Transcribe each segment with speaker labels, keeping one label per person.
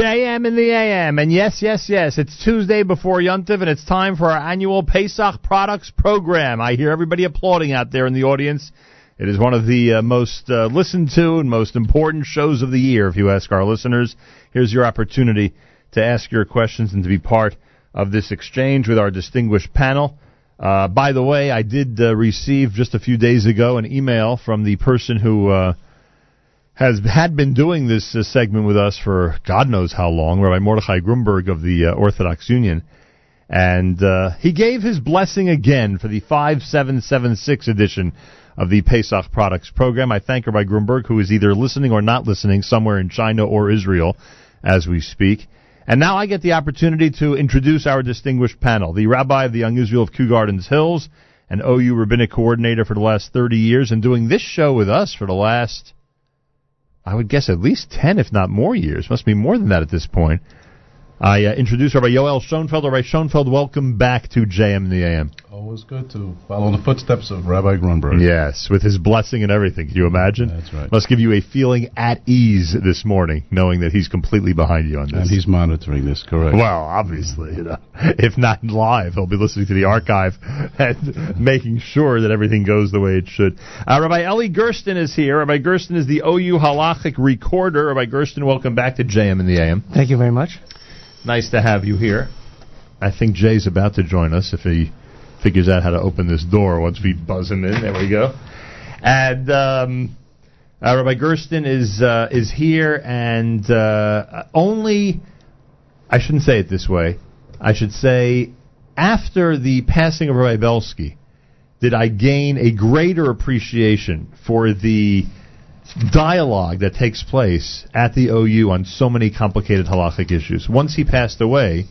Speaker 1: JM in the AM, and yes, yes, yes, it's Tuesday before Yuntiv, and it's time for our annual Pesach Products Program. I hear everybody applauding out there in the audience. It is one of the uh, most uh, listened to and most important shows of the year, if you ask our listeners. Here's your opportunity to ask your questions and to be part of this exchange with our distinguished panel. Uh, by the way, I did uh, receive just a few days ago an email from the person who uh, has had been doing this uh, segment with us for God knows how long, Rabbi Mordechai Grumberg of the uh, Orthodox Union, and uh, he gave his blessing again for the 5776 edition of the Pesach Products Program. I thank Rabbi Grumberg, who is either listening or not listening somewhere in China or Israel as we speak. And now I get the opportunity to introduce our distinguished panel, the Rabbi of the Young Israel of Kew Gardens Hills, an OU rabbinic coordinator for the last 30 years, and doing this show with us for the last I would guess at least 10, if not more years. Must be more than that at this point. I uh, introduce Rabbi Yoel Schoenfeld. Rabbi Schoenfeld, welcome back to JM and the AM.
Speaker 2: Always good to follow in the footsteps of Rabbi Grunberg.
Speaker 1: Yes, with his blessing and everything. Can you imagine?
Speaker 2: That's right.
Speaker 1: Must give you a feeling at ease this morning, knowing that he's completely behind you on this.
Speaker 2: And he's monitoring this, correct?
Speaker 1: well, obviously, you know, if not live, he'll be listening to the archive and making sure that everything goes the way it should. Uh, Rabbi Eli Gersten is here. Rabbi Gersten is the OU halachic recorder. Rabbi Gersten, welcome back to JM and the AM.
Speaker 3: Thank you very much.
Speaker 1: Nice to have you here. I think Jay's about to join us if he figures out how to open this door once we buzz him in. There we go. And um, uh, Rabbi Gersten is uh, is here, and uh, only I shouldn't say it this way. I should say after the passing of Rabbi Belsky, did I gain a greater appreciation for the dialogue that takes place at the OU on so many complicated halachic issues. Once he passed away,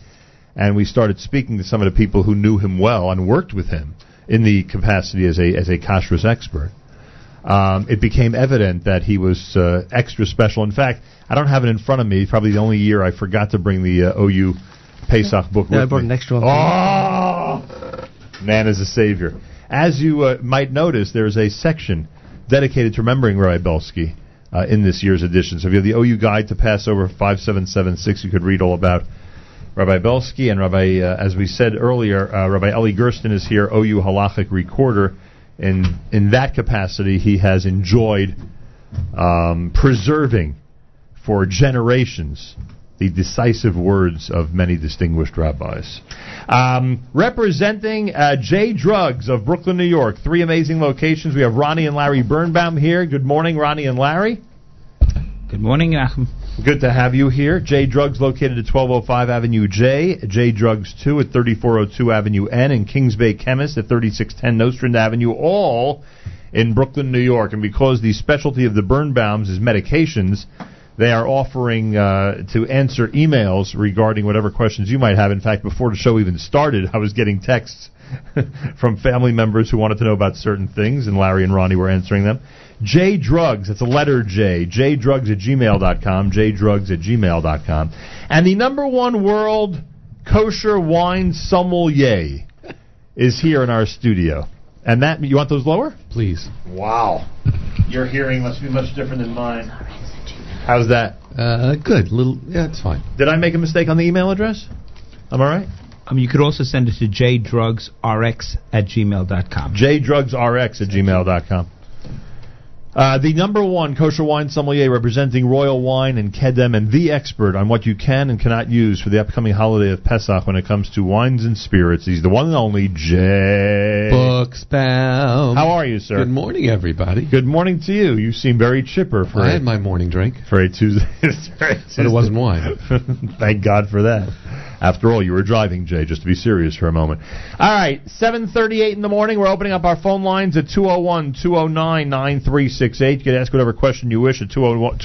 Speaker 1: and we started speaking to some of the people who knew him well and worked with him in the capacity as a as a kashrus expert, um, it became evident that he was uh, extra special. In fact, I don't have it in front of me. Probably the only year I forgot to bring the uh, OU Pesach book.
Speaker 3: Yeah, I
Speaker 1: with
Speaker 3: brought
Speaker 1: me.
Speaker 3: an extra one.
Speaker 1: Oh, man is a savior. As you uh, might notice, there is a section dedicated to remembering Rabbi Belsky uh, in this year's edition. So if you have the OU Guide to Passover 5776, you could read all about Rabbi Belsky and Rabbi, uh, as we said earlier, uh, Rabbi Eli Gersten is here, OU halachic recorder. In, in that capacity, he has enjoyed um, preserving for generations the decisive words of many distinguished rabbis. Um, representing uh, J Drugs of Brooklyn, New York, three amazing locations. We have Ronnie and Larry Birnbaum here. Good morning, Ronnie and Larry.
Speaker 4: Good morning, Nachum.
Speaker 1: Good to have you here. J Drugs located at 1205 Avenue J, J Drugs 2 at 3402 Avenue N, and Kings Bay Chemist at 3610 Nostrand Avenue, all in Brooklyn, New York. And because the specialty of the Birnbaums is medications, they are offering uh, to answer emails regarding whatever questions you might have. In fact, before the show even started, I was getting texts from family members who wanted to know about certain things, and Larry and Ronnie were answering them. J Drugs, it's a letter J, J Drugs at gmail.com, J Drugs at gmail.com. And the number one world kosher wine sommelier is here in our studio. And that, you want those lower?
Speaker 2: Please.
Speaker 1: Wow. Your hearing must be much different than mine. How's that?
Speaker 5: Uh, good. Little. Yeah, it's fine.
Speaker 1: Did I make a mistake on the email address? I'm all right.
Speaker 4: Um, you could also send it to jdrugsrx at gmail.com.
Speaker 1: jdrugsrx at gmail.com. Uh, the number one kosher wine sommelier representing Royal Wine and Kedem and the expert on what you can and cannot use for the upcoming holiday of Pesach when it comes to wines and spirits. He's the one and only Jay.
Speaker 5: Books, pal.
Speaker 1: How are you, sir?
Speaker 5: Good morning, everybody.
Speaker 1: Good morning to you. You seem very chipper for
Speaker 5: I
Speaker 1: a,
Speaker 5: had my morning drink,
Speaker 1: for a Tuesday. for a
Speaker 5: but
Speaker 1: Tuesday.
Speaker 5: it wasn't wine.
Speaker 1: Thank God for that. After all, you were driving, Jay, just to be serious for a moment. All right, 7.38 in the morning. We're opening up our phone lines at 201-209-9368. You can ask whatever question you wish at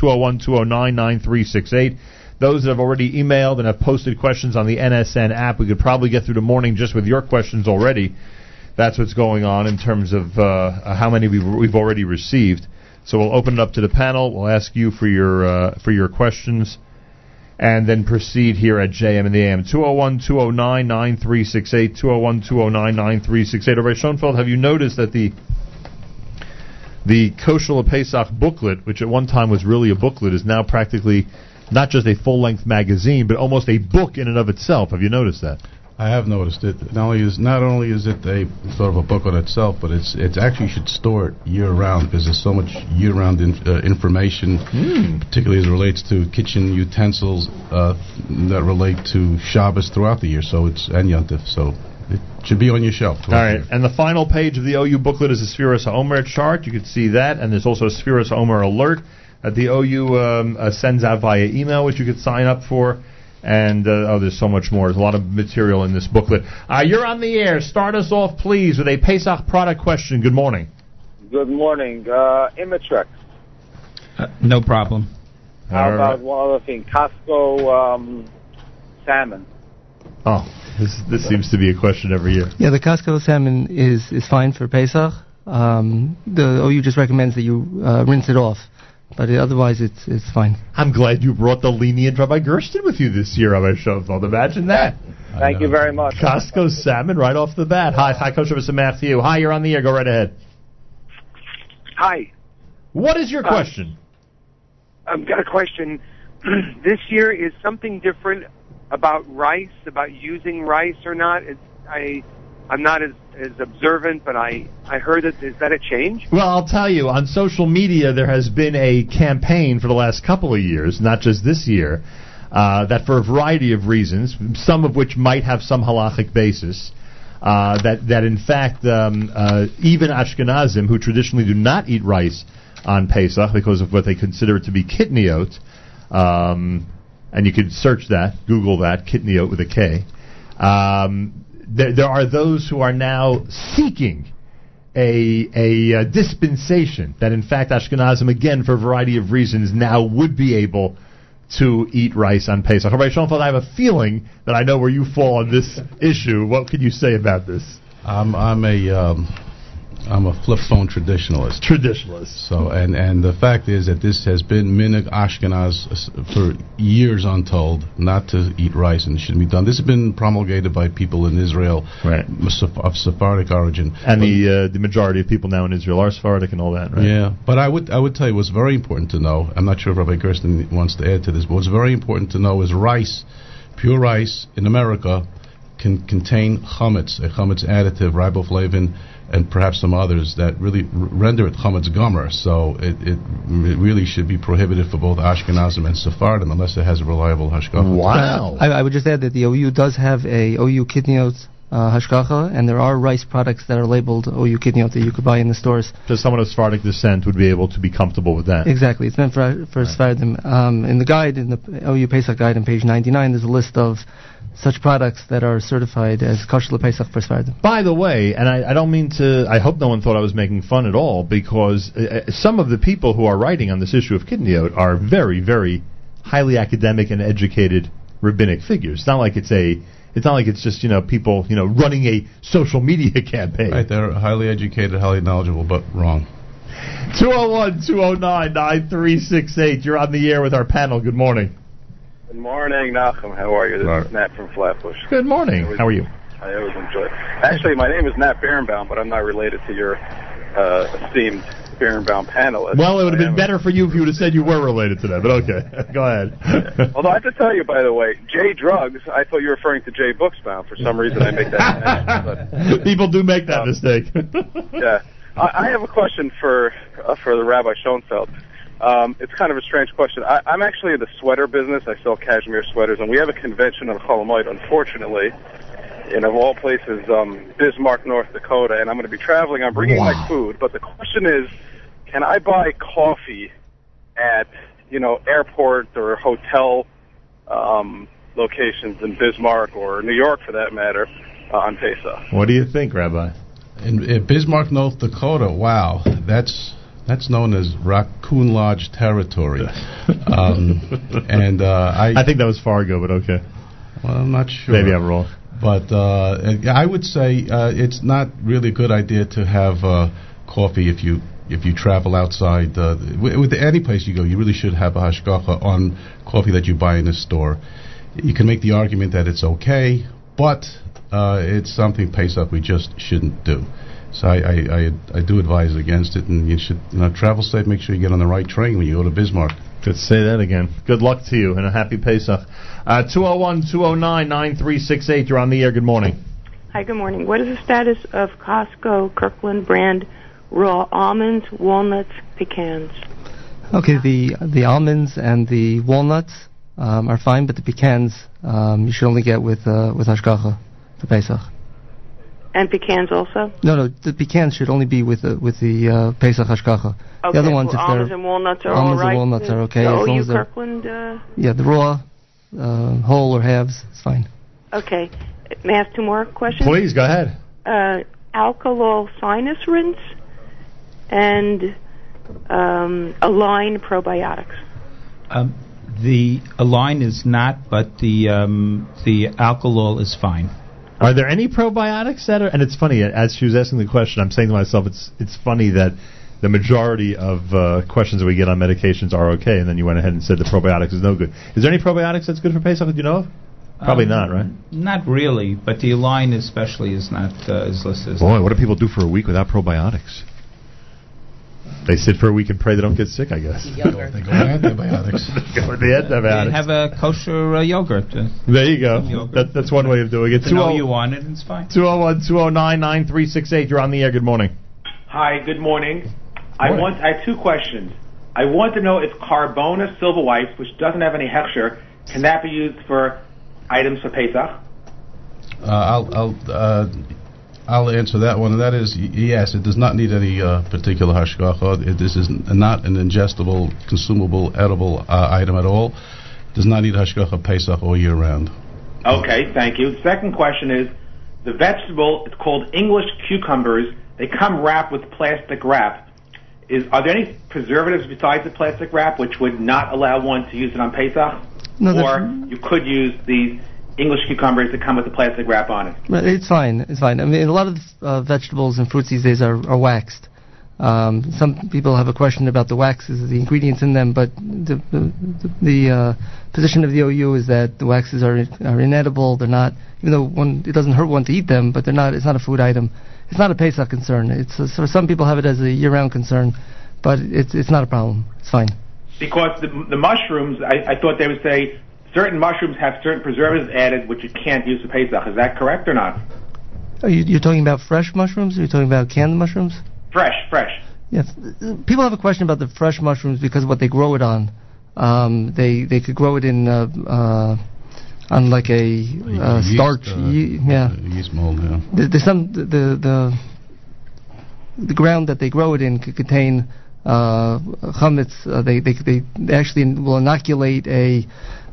Speaker 1: 201-209-9368. Those that have already emailed and have posted questions on the NSN app, we could probably get through the morning just with your questions already. That's what's going on in terms of uh, how many we've, we've already received. So we'll open it up to the panel. We'll ask you for your uh, for your questions and then proceed here at JM and the AM. 201-209-9368, 201-209-9368. Rabbi Schoenfeld, have you noticed that the the Kosher Pesach booklet, which at one time was really a booklet, is now practically not just a full length magazine, but almost a book in and of itself. Have you noticed that?
Speaker 2: I have noticed it. Not only is not only is it a sort of a book on itself, but it's it's actually you should store it year round because there's so much year round in, uh, information,
Speaker 1: Hmm.
Speaker 2: particularly as it relates to kitchen utensils uh, that relate to Shabbos throughout the year. So it's and Yontif. So it should be on your shelf.
Speaker 1: All right, and the final page of the OU booklet is the Spheris Omer chart. You can see that, and there's also a Spheris Omer alert that the OU um, uh, sends out via email, which you could sign up for. And uh, oh, there's so much more. There's a lot of material in this booklet. Uh, you're on the air. Start us off, please, with a Pesach product question. Good morning.
Speaker 6: Good morning. Uh, Imitrex.
Speaker 7: Uh, no problem.
Speaker 6: How
Speaker 1: All
Speaker 6: about
Speaker 1: right.
Speaker 6: one other thing? Costco um, salmon.
Speaker 1: Oh, this this seems to be a question every year.
Speaker 8: Yeah, the Costco salmon is, is fine for Pesach. Um, the OU just recommends that you uh, rinse it off, but otherwise it's it's fine.
Speaker 1: I'm glad you brought the lenient Rabbi Gersten with you this year, Rabbi Schoenfeld. Imagine that.
Speaker 6: Thank you very much.
Speaker 1: Costco salmon right off the bat. Hi, hi, Coach Officer Matthew. Hi, you're on the air. Go right ahead.
Speaker 3: Hi,
Speaker 1: What is your
Speaker 3: Hi.
Speaker 1: question?
Speaker 3: I've got a question. this year is something different about rice, about using rice or not. It's, I, I'm not as, as observant, but I, I heard that is that a change?
Speaker 1: Well, I'll tell you, on social media, there has been a campaign for the last couple of years, not just this year, uh, that for a variety of reasons, some of which might have some halachic basis, uh, that, that in fact, um, uh, even Ashkenazim, who traditionally do not eat rice on Pesach because of what they consider it to be kitniot, um, and you could search that, Google that, kitniot with a K, um, there, there are those who are now seeking a, a uh, dispensation that, in fact, Ashkenazim, again, for a variety of reasons, now would be able to eat rice on Pesach. Rabbi Schoenfeld, I have a feeling that I know where you fall on this issue. What can you say about this?
Speaker 2: I'm I'm a um, I'm a flip phone traditionalist.
Speaker 1: Traditionalist.
Speaker 2: So and and the fact is that this has been minig Ashkenaz uh, s- for years untold not to eat rice and it shouldn't be done. This has been promulgated by people in Israel
Speaker 1: Right.
Speaker 2: Seph- of Sephardic origin.
Speaker 1: And the uh, the majority of people now in Israel are Sephardic and all that, right?
Speaker 2: Yeah, but I would I would tell you what's very important to know. I'm not sure if Rabbi Gersten wants to add to this, but what's very important to know is rice, pure rice in America, can contain chametz, a chametz additive, riboflavin, and perhaps some others that really r- render it chametz gummer. So it, it re- really should be prohibited for both Ashkenazim and Sephardim unless it has a reliable hashgacha.
Speaker 1: Wow.
Speaker 8: I, I would just add that the OU does have a OU Kidneyot uh, hashkacha, and there are rice products that are labeled OU Kidneyot that you could buy in the stores.
Speaker 1: Just someone of Sephardic descent would be able to be comfortable with that.
Speaker 8: Exactly, it's meant for for Sephardim. Um, in the guide, in the OU Pesach guide on page 99, there's a list of such products that are certified as kosher Pesach for Sephardim.
Speaker 1: By the way, and I, I don't mean to. I hope no one thought I was making fun at all, because uh, uh, some of the people who are writing on this issue of kidneyot are very, very highly academic and educated rabbinic figures. It's not like it's a. It's not like it's just you know people you know running a social media campaign.
Speaker 2: Right, they're highly educated, highly knowledgeable, but wrong.
Speaker 1: 201-209-9368. You're on the air with our panel. Good morning.
Speaker 6: Good morning, Nachum. How are you? This
Speaker 1: Right.
Speaker 6: is Nat from Flatbush.
Speaker 1: Good morning. How are you?
Speaker 6: I always enjoy it. Actually, my name is Nat Barenbaum, but I'm not related to your uh, esteemed Barenbaum panelist.
Speaker 1: Well, it would have
Speaker 6: I am-
Speaker 1: been better for you if you would have said you were related to that, but okay. Go ahead.
Speaker 6: Although I have to tell you, by the way, J Drugs. I thought you were referring to J Booksbaum. For some reason, I make that connection. But
Speaker 1: People do make that
Speaker 6: Um,
Speaker 1: mistake.
Speaker 6: yeah. I, I have a question for uh, for the Rabbi Schoenfeld. Um, it's kind of a strange question. I, I'm actually in the sweater business. I sell cashmere sweaters, and we have a convention on Holomoid, unfortunately, and of all places, um, Bismarck, North Dakota. And I'm going to be traveling. I'm bringing my food, but the question is, can I buy coffee at you know airport or hotel um, locations in Bismarck or New York, for that matter, uh, on Pesach?
Speaker 1: What do you think, Rabbi?
Speaker 2: In, in Bismarck, North Dakota. Wow, that's that's known as Raccoon Lodge territory. um, and uh, I,
Speaker 1: I think that was Fargo, but okay.
Speaker 2: well, I'm not sure.
Speaker 1: Maybe I'm wrong.
Speaker 2: But uh, I would say uh, it's not really a good idea to have uh, coffee if you if you travel outside. Uh, with, with any place you go, you really should have a hashgacha on coffee that you buy in a store. You can make the argument that it's okay, but uh, it's something Pesach we just shouldn't do. So I, I, I, I do advise against it, and you should you know travel safe. Make sure you get on the right train when you go to Bismarck.
Speaker 1: Let's say that again. Good luck to you and a happy Pesach. Uh, 201 209 9368. You're on the air. Good morning.
Speaker 9: Hi, good morning. What is the status of Costco Kirkland brand raw almonds, walnuts, pecans?
Speaker 8: Okay, the the almonds and the walnuts um, are fine, but the pecans um, you should only get with uh, with hashgacha, the Pesach.
Speaker 9: And pecans also?
Speaker 8: No, no, the pecans should only be with the with the uh, Pesach hashgacha.
Speaker 9: Okay,
Speaker 8: the other ones,
Speaker 9: well,
Speaker 8: if
Speaker 9: almonds
Speaker 8: they're
Speaker 9: and walnuts are
Speaker 8: almonds
Speaker 9: all right.
Speaker 8: and walnuts are okay.
Speaker 9: The
Speaker 8: as long
Speaker 9: OU
Speaker 8: as they're-
Speaker 9: Kirkland, uh,
Speaker 8: yeah, the raw, uh, whole or halves, it's fine.
Speaker 9: okay. May I ask two more questions?
Speaker 1: Please, go ahead.
Speaker 9: Uh, alcohol sinus rinse and um, Align probiotics.
Speaker 4: Um, the Align is not, but the um, the alcohol is fine.
Speaker 1: Are there any probiotics that are? And it's funny as she was asking the question, I'm saying to myself, it's it's funny that the majority of uh, questions that we get on medications are okay, and then you went ahead and said the probiotics is no good. Is there any probiotics that's good for Pesach that you know of? Probably
Speaker 4: Um,
Speaker 1: not, right?
Speaker 4: Not really, but the Align especially is not uh, is listed. As
Speaker 1: Boy, what do people do for a week without probiotics? They sit for a week and pray they don't get sick, I guess.
Speaker 2: They go antibiotics.
Speaker 1: Go with the
Speaker 4: They
Speaker 1: antibiotics.
Speaker 4: have a kosher uh, yogurt. Uh,
Speaker 1: there you go.
Speaker 4: Yogurt.
Speaker 1: That, that's one way of doing it.
Speaker 4: to know you want it, it's fine.
Speaker 1: 201 209 9368. You're on the air. Good morning.
Speaker 10: Hi, good morning. I
Speaker 1: Morning.
Speaker 10: want I have two questions. I want to know if Carbona Silver White, which doesn't have any hechsher, can that be used for items for Pesach?
Speaker 2: Uh, I'll I'll uh, I'll answer that one, and that is y- yes. It does not need any uh, particular hashgacha. It, this is n- not an ingestible, consumable, edible uh, item at all. Does not need hashgacha Pesach all year round.
Speaker 10: Okay, thank you. Second question is the vegetable. It's called English cucumbers. They come wrapped with plastic wrap. Is are there any preservatives besides the plastic wrap which would not allow one to use it on Pesach?
Speaker 8: No, that's-
Speaker 10: or you could use these English cucumbers that come with the plastic wrap on it.
Speaker 8: But It's fine. It's fine. I mean, a lot of uh, vegetables and fruits these days are, are waxed. Um, some people have a question about the waxes, the ingredients in them, but the the, the uh, position of the OU is that the waxes are are inedible. They're not, even though one it doesn't hurt one to eat them, but they're not. It's not a food item. It's not a Pesach concern. It's a, so some people have it as a year-round concern, but it's it's not a problem. It's fine.
Speaker 10: because the, the mushrooms, I, I thought they would say certain mushrooms have certain preservatives added, which you can't use for Pesach. Is that correct or not?
Speaker 8: Are Oh, you, you're talking about fresh mushrooms? Are you talking about canned mushrooms?
Speaker 10: Fresh, fresh.
Speaker 8: Yes, uh, people have a question about the fresh mushrooms because what they grow it on, um, they they could grow it in uh, uh, on like a uh,
Speaker 2: Yeast,
Speaker 8: starch.
Speaker 2: uh,
Speaker 8: ye- yeah,
Speaker 2: Yeast mold. Yeah.
Speaker 8: There- there's some the the the, the ground that they grow it in could contain uh, chametz. Uh, they, they they actually will inoculate a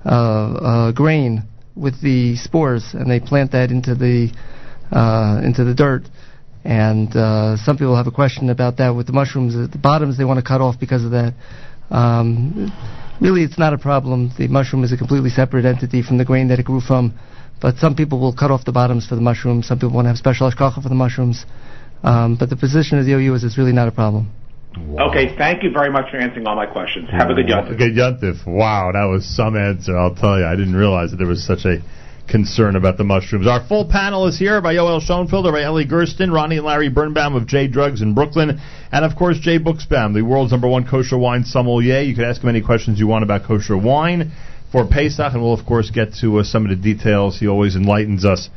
Speaker 8: uh, uh, grain with the spores, and they plant that into the uh, into the dirt. And uh, some people have a question about that with the mushrooms. uh, The bottoms they want to cut off because of that. Um, really, it's not a problem. The mushroom is a completely separate entity from the grain that it grew from. But some people will cut off the bottoms for the mushrooms. Some people want to have special hashkacha for the mushrooms. Um, but the position of the OU is it's really not a problem.
Speaker 10: Okay, thank you very much for answering all my questions. Have a good
Speaker 1: Wow.
Speaker 10: yontif.
Speaker 1: Good yontif. Wow, that was some answer. I'll tell you, I didn't realize that there was such a concern about the mushrooms. Our full panel is here by Yoel Schoenfelder, by Ellie Gersten, Ronnie and Larry Birnbaum of J Drugs in Brooklyn, and of course Jay Booksbaum, the world's number one kosher wine sommelier. You can ask him any questions you want about kosher wine for Pesach, and we'll of course get to uh, some of the details. He always enlightens us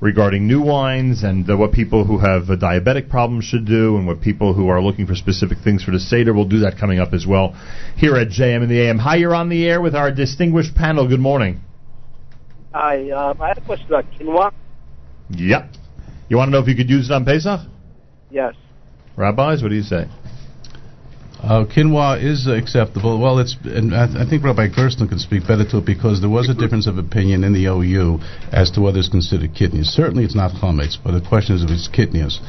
Speaker 1: regarding new wines and uh, what people who have uh, diabetic problems should do and what people who are looking for specific things for the Seder. We'll do that coming up as well here at JM in the AM. Hi, you're on the air with our distinguished panel. Good morning.
Speaker 7: Hi,
Speaker 11: uh,
Speaker 7: um, I had a question about quinoa.
Speaker 1: Yep. You want to know if you could use it on Pesach?
Speaker 7: Yes.
Speaker 1: Rabbis, what do you say?
Speaker 2: Uh, quinoa is acceptable. Well, it's and I, I think Rabbi Gersten can speak better to it because there was a difference of opinion in the OU as to whether it's considered kidneys. Certainly, it's not chametz, but the question is if it's kidneys.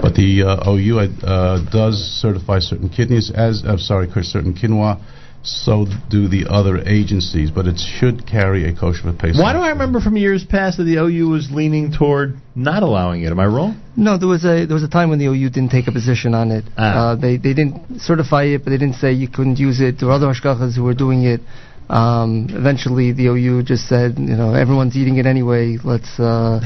Speaker 2: But the uh, OU uh, does certify certain kidneys as I'm sorry, certain quinoa. So do the other agencies, but it should carry a kosher pace.
Speaker 1: Why do I remember from years past that the OU was leaning toward not allowing it? Am I wrong?
Speaker 8: No, there was a there was a time when the OU didn't take a position on it.
Speaker 1: Ah.
Speaker 8: Uh, they they didn't certify it, but they didn't say you couldn't use it. There were other hashkachas who were doing it. Um, eventually, the OU just said, you know, everyone's eating it anyway. Let's uh,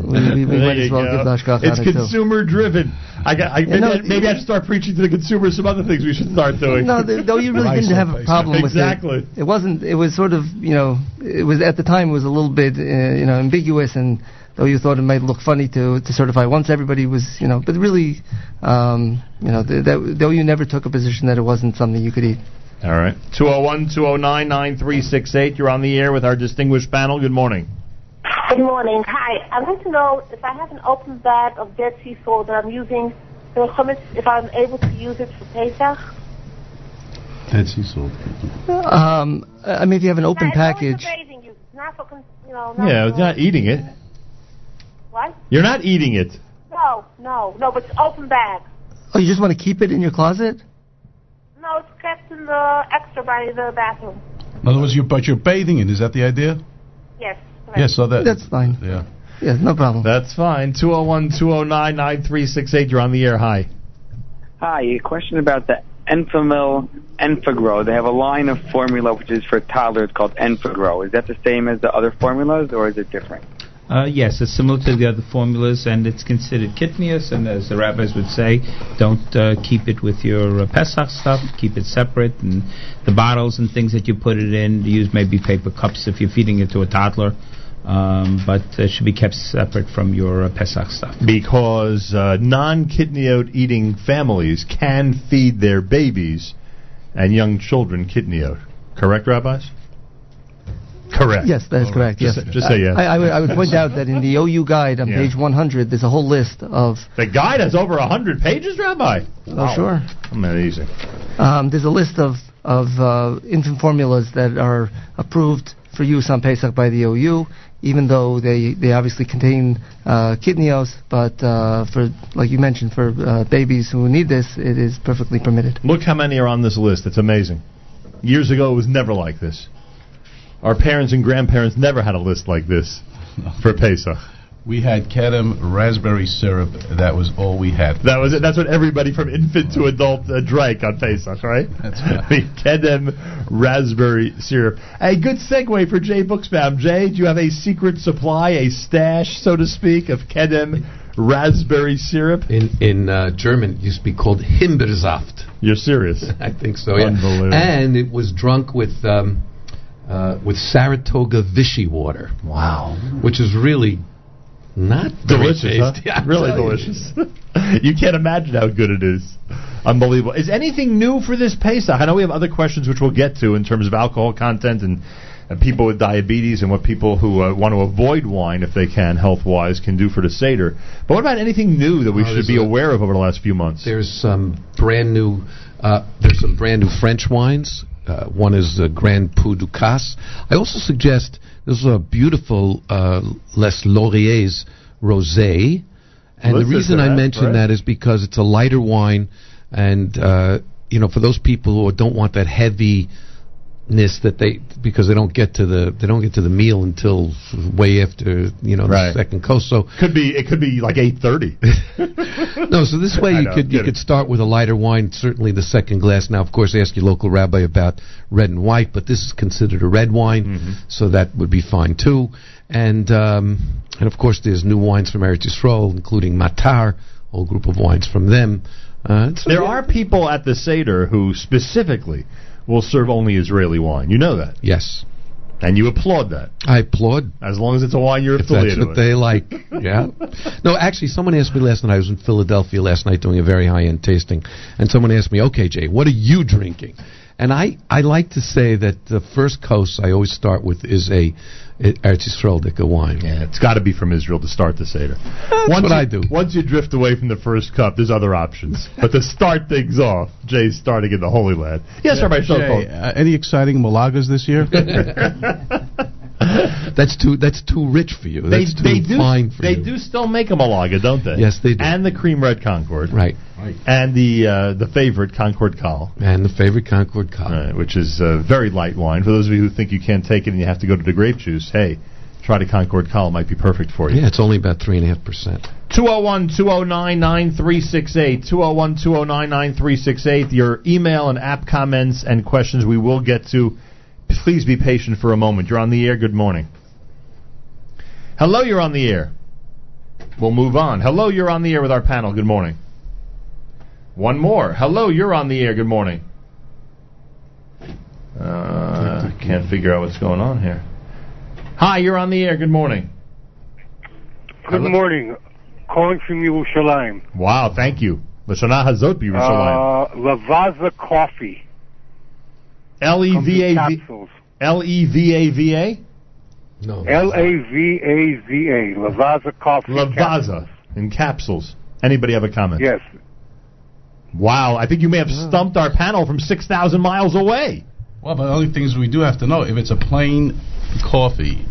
Speaker 8: we, we, we
Speaker 1: There
Speaker 8: might as
Speaker 1: you
Speaker 8: well
Speaker 1: go.
Speaker 8: give Oshkosh
Speaker 1: It's
Speaker 8: on it too.
Speaker 1: consumer driven. I got. I, maybe,
Speaker 8: no,
Speaker 1: I, maybe I should start preaching to the consumers some other things we should start doing.
Speaker 8: No, th- though you really didn't have a problem with
Speaker 1: exactly.
Speaker 8: it. It wasn't. It was sort of you know. It was at the time it was a little bit uh, you know ambiguous, and though you thought it might look funny to to certify once everybody was you know, but really, um, you know, th- that, though you never took a position that it wasn't something you could eat.
Speaker 1: All right. 201 209 9368. You're on the air with our distinguished panel. Good morning.
Speaker 12: Good morning. Hi. I'd like to know if I have an open bag of Dead Sea salt that I'm using for hummus, if I'm able to use it for Pesach.
Speaker 2: Ted Cecil.
Speaker 8: Um, I mean, if you have an open package.
Speaker 12: Raising you, not for con- you know. Not
Speaker 1: Yeah,
Speaker 12: for,
Speaker 1: it's not eating it.
Speaker 12: What?
Speaker 1: You're not eating it.
Speaker 12: No, no, no. But it's open bag.
Speaker 8: Oh, you just want to keep it in your closet?
Speaker 12: No, it's kept in the extra by the bathroom.
Speaker 2: In other words, you but you're bathing it. Is that the idea?
Speaker 12: Yes.
Speaker 2: Yeah, so that
Speaker 8: that's fine.
Speaker 2: Yeah.
Speaker 8: Yeah, no problem.
Speaker 1: Uh, That's fine. 201 209 9368. You're on the air. Hi.
Speaker 11: Hi, a question about the Enfamil Enfagrow. They have a line of formula which is for toddlers called Enfagrow. Is that the same as the other formulas, or is it different?
Speaker 4: Uh, yes, it's similar to the other formulas, and it's considered kitnius. And as the rabbis would say, don't uh, keep it with your uh, Pesach stuff. Keep it separate, and the bottles and things that you put it in. Use maybe paper cups if you're feeding it to a toddler, um, but uh, should be kept separate from your uh, Pesach stuff.
Speaker 1: Because uh, non kidneyed eating families can feed their babies and young children kidneyed. Correct, rabbis? Correct.
Speaker 8: Yes, that is
Speaker 1: All right.
Speaker 8: correct.
Speaker 1: Oh, Just
Speaker 8: yes.
Speaker 1: say- just say yes.
Speaker 8: I, I, would, I would point out that in the OU guide on
Speaker 1: Yeah.
Speaker 8: page 100, there's a whole list of.
Speaker 1: The guide has over 100 pages, Rabbi.
Speaker 8: Oh, sure.
Speaker 1: Amazing.
Speaker 8: Um, there's a list of of uh, infant formulas that are approved for use on Pesach by the OU, even though they, they obviously contain uh, kidneys, but uh, for like you mentioned, for uh, babies who need this, it is perfectly permitted.
Speaker 1: Look how many are on this list. It's amazing. Years ago, it was never like this. Our parents and grandparents never had a list like this for Pesach.
Speaker 2: We had Kedem raspberry syrup. That was all we had.
Speaker 1: That was it. That's what everybody from infant to adult uh, drank on Pesach, right? That's right. the Kedem raspberry syrup. A good segue for Jay Booksbaum. Jay, do you have a secret supply, a stash, so to speak, of Kedem raspberry syrup?
Speaker 5: In in uh, German, it used to be called Himbeersaft.
Speaker 1: You're serious?
Speaker 5: I think so. Yeah.
Speaker 1: Unbelievable.
Speaker 5: And it was drunk with um, uh, with Saratoga Vichy water.
Speaker 1: Wow.
Speaker 5: Which is really not very
Speaker 1: Delicious, huh?
Speaker 5: tasty, I'm
Speaker 1: Really
Speaker 5: telling you.
Speaker 1: delicious. you can't imagine how good it is. Unbelievable. Is anything new for this Pesach? I know we have other questions which we'll get to in terms of alcohol content and, and people with diabetes and what people who uh, want to avoid wine if they can health wise can do for the seder. But what about anything new that we
Speaker 5: Oh,
Speaker 1: should
Speaker 5: there's
Speaker 1: be
Speaker 5: a-
Speaker 1: aware of over the last few months?
Speaker 5: There's some brand new. Uh, there's some brand new French wines. Uh, one is uh, Grand Pou du Cas. I also suggest there's a beautiful uh, Les Lauriers rosé, and
Speaker 13: Listen
Speaker 5: the reason
Speaker 13: to
Speaker 5: I
Speaker 13: that,
Speaker 5: mention
Speaker 13: right.
Speaker 5: that is because it's a lighter wine, and uh, you know for those people who don't want that heaviness that they because they don't get to the they don't get to the meal until way after you know
Speaker 1: Right.
Speaker 5: the second coast. So
Speaker 1: could be it could be like eight thirty.
Speaker 5: no, so this way
Speaker 1: I
Speaker 5: you
Speaker 1: know,
Speaker 5: could you
Speaker 1: kidding.
Speaker 5: could start with a lighter wine, certainly the second glass. Now, of course, ask your local rabbi about red and white, but this is considered a red wine,
Speaker 1: Mm-hmm.
Speaker 5: so that would be fine too. And um, and of course, there's new wines from Eretz Yisrael, including Matar, whole group of wines from them. Uh, it's-
Speaker 1: there are people at the seder who specifically will serve only Israeli wine. You know that.
Speaker 5: Yes.
Speaker 1: And you applaud that.
Speaker 5: I applaud.
Speaker 1: As long as it's a wine you're
Speaker 5: If that's
Speaker 1: affiliated
Speaker 5: what
Speaker 1: with.
Speaker 5: they like. Yeah. no, actually, someone asked me last night. I was in Philadelphia last night doing a very high end tasting, and someone asked me, "Okay, Jay, what are you drinking?" And I, I like to say that the first coast I always start with is a a Eretz Yisrael Dicker wine.
Speaker 1: Yeah, it's got to be from Israel to start the seder.
Speaker 5: That's
Speaker 1: once
Speaker 5: what
Speaker 1: you,
Speaker 5: I do.
Speaker 1: Once you drift away from the first cup, there's other options. but to start things off, Jay's starting in the Holy Land. Yes,
Speaker 2: Yeah,
Speaker 1: Rabbi
Speaker 2: Jay,
Speaker 1: Schoenfeld.
Speaker 2: uh, any exciting Malagas this year?
Speaker 5: that's too that's too rich for you. That's too
Speaker 1: they do,
Speaker 5: fine for
Speaker 1: they
Speaker 5: you.
Speaker 1: do still make a Malaga, don't they?
Speaker 5: Yes, they do.
Speaker 1: And the cream red Concord.
Speaker 5: Right.
Speaker 1: And the uh, the favorite Concord Call.
Speaker 5: And the favorite Concord Call.
Speaker 1: Right, which is uh, very light wine. For those of you who think you can't take it and you have to go to the grape juice, hey, try the Concord Call. It might be perfect for you.
Speaker 5: Yeah, it's only about three and a half percent.
Speaker 1: 201-209-9368. 201-209-9368. Your email and app comments and questions we will get to Please be patient for a moment. You're on the air. Good morning. Hello, you're on the air. We'll move on. Hello, you're on the air with our panel. Good morning. One more. Hello, you're on the air. Good morning. Uh, can't figure out what's going on here. Hi, you're on the air. Good morning.
Speaker 13: Good morning. Calling from Yerushalayim.
Speaker 1: Wow, thank you. L'shana hazot b'Yerushalayim.
Speaker 13: Uh, Lavazza Coffee.
Speaker 1: L e v a v
Speaker 13: Capsules.
Speaker 1: L e v a v a. No.
Speaker 13: L A V A Z A. Lavazza Coffee.
Speaker 1: Lavazza in capsules. Anybody have a comment?
Speaker 13: Yes.
Speaker 1: Wow, I think you may have stumped our panel from six thousand miles away.
Speaker 2: Well, but the only things we do have to know if it's a plain coffee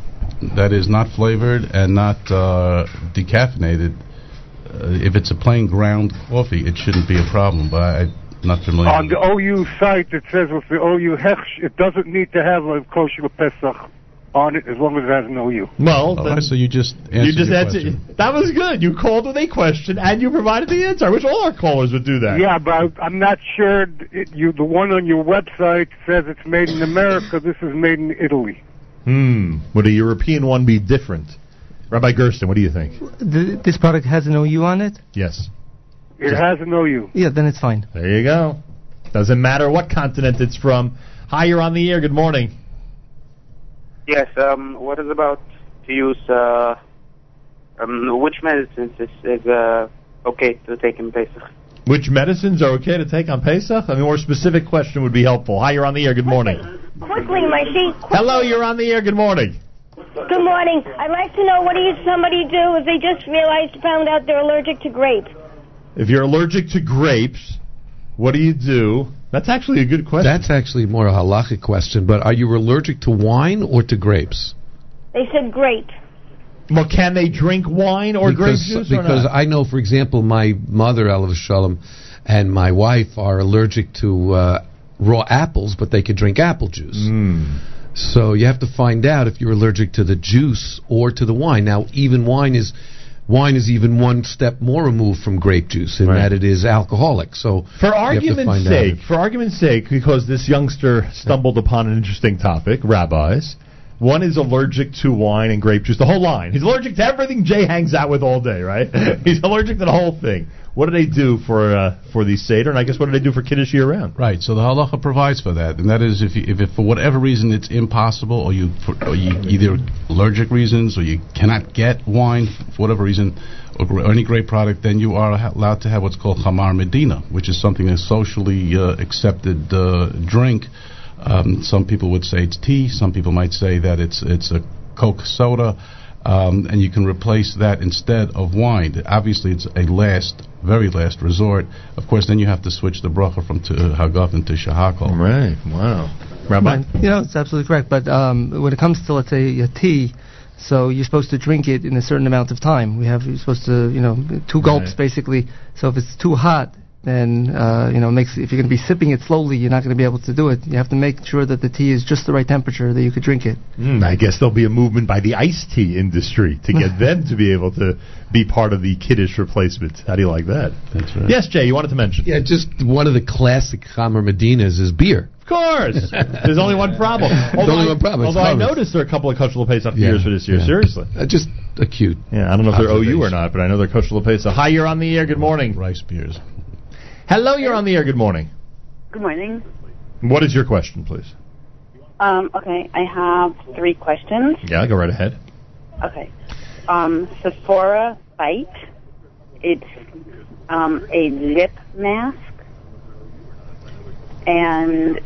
Speaker 2: that is not flavored and not uh, decaffeinated, uh, if it's a plain ground coffee, it shouldn't be a problem. But I, I'm not familiar.
Speaker 13: On the OU site, it says with the OU Hesh, it doesn't need to have a kosher Pesach on it as long as it has an OU.
Speaker 1: Well,
Speaker 2: All right, so you just answered
Speaker 1: You just
Speaker 2: your
Speaker 1: answered.
Speaker 2: question.
Speaker 1: That was good. You called with a question and you provided the answer. I wish all our callers would do that.
Speaker 13: Yeah, but I- I'm not sure. It, you, the one on your website says it's made in America. This is made in Italy.
Speaker 1: Hmm. Would a European one be different? Rabbi Gersten, what do you think?
Speaker 8: Th- this product has an OU on it.
Speaker 1: Yes.
Speaker 13: It has an OU.
Speaker 8: Yeah, then it's fine.
Speaker 1: There you go. Doesn't matter what continent it's from. Hi, you're on the air. Good morning.
Speaker 14: Yes. Um, what is about to use? Uh, um, which medicines is, is uh, okay to take in Pesach?
Speaker 1: Which medicines are okay to take on Pesach? I mean, more specific question would be helpful. Hi, you're on the air. Good morning.
Speaker 6: Quickly, my sheet.
Speaker 1: Hello, you're on the air. Good morning.
Speaker 6: Good morning. I'd like to know what do you somebody do if they just realized found out they're allergic to grape?
Speaker 1: If you're allergic to grapes, what do you do? That's actually a good question.
Speaker 5: That's actually more a halachic question, but are you allergic to wine or to grapes?
Speaker 6: They said grape.
Speaker 1: Well, can they drink wine or
Speaker 5: because,
Speaker 1: grape juice or
Speaker 5: Because
Speaker 1: not?
Speaker 5: I know, for example, my mother, Elav Shalom, and my wife are allergic to uh, raw apples, but they could drink apple juice.
Speaker 1: Hmm.
Speaker 5: So you have to find out if you're allergic to the juice or to the wine. Now, even wine is wine is even one step more removed from grape juice in that it is alcoholic. So
Speaker 1: For
Speaker 5: you have to
Speaker 1: argument's
Speaker 5: find
Speaker 1: sake,
Speaker 5: out
Speaker 1: for argument's sake, because this youngster stumbled upon an interesting topic, rabbis. One is allergic to wine and grape juice, the whole line. He's allergic to everything Jay hangs out with all day, right? He's allergic to the whole thing. What do they do for uh, for the seder? And I guess what do they do for kiddush year round?
Speaker 2: Right. So the halacha provides for that, and that is if you, if it, for whatever reason it's impossible, or you, for, or you either allergic reasons, or you cannot get wine for whatever reason, or, gra- or any grape product, then you are ha- allowed to have what's called chamar medina, which is something that's socially uh, accepted uh, drink. Um, some people would say it's tea. Some people might say that it's it's a Coke soda, um, and you can replace that instead of wine. Obviously, it's a last, very last resort. Of course, then you have to switch the bracha from uh, to Hagafen to Shahakol.
Speaker 1: Right. Wow. Rabbi.
Speaker 8: You know, it's absolutely correct. But um, when it comes to, let's say, a tea, so you're supposed to drink it in a certain amount of time. We have you're supposed to, you know, two gulps
Speaker 1: Right.
Speaker 8: basically. So if it's too hot, then uh, you know, it makes if you're going to be sipping it slowly, you're not going to be able to do it. You have to make sure that the tea is just the right temperature that you could drink it.
Speaker 1: Mm, I guess there'll be a movement by the iced tea industry to get them to be able to be part of the kiddish replacement. How do you like that?
Speaker 2: That's
Speaker 5: right.
Speaker 1: Yes, Jay, you wanted to mention.
Speaker 5: Yeah, just one of the classic Hammer Medinas is beer.
Speaker 1: Of course. There's only one problem.
Speaker 5: There's
Speaker 1: Although
Speaker 5: only
Speaker 1: I-
Speaker 5: one problem, it's
Speaker 1: Although I
Speaker 5: Chavez.
Speaker 1: noticed there are a couple of Kushal Pesach
Speaker 5: Yeah,
Speaker 1: years for this year.
Speaker 5: yeah.
Speaker 1: Seriously.
Speaker 5: Uh, just acute.
Speaker 1: Yeah, I don't know if they're OU or not, but I know they're Kushal Pesach. Hi, you're on the air. Good morning.
Speaker 2: Rice beers.
Speaker 1: Hello, you're on the air. Good morning.
Speaker 15: Good morning.
Speaker 1: What is your question, please?
Speaker 15: Um, okay, I have three questions.
Speaker 1: Yeah, go right ahead.
Speaker 15: Okay. Um, Sephora Bite. It's um, a lip mask. And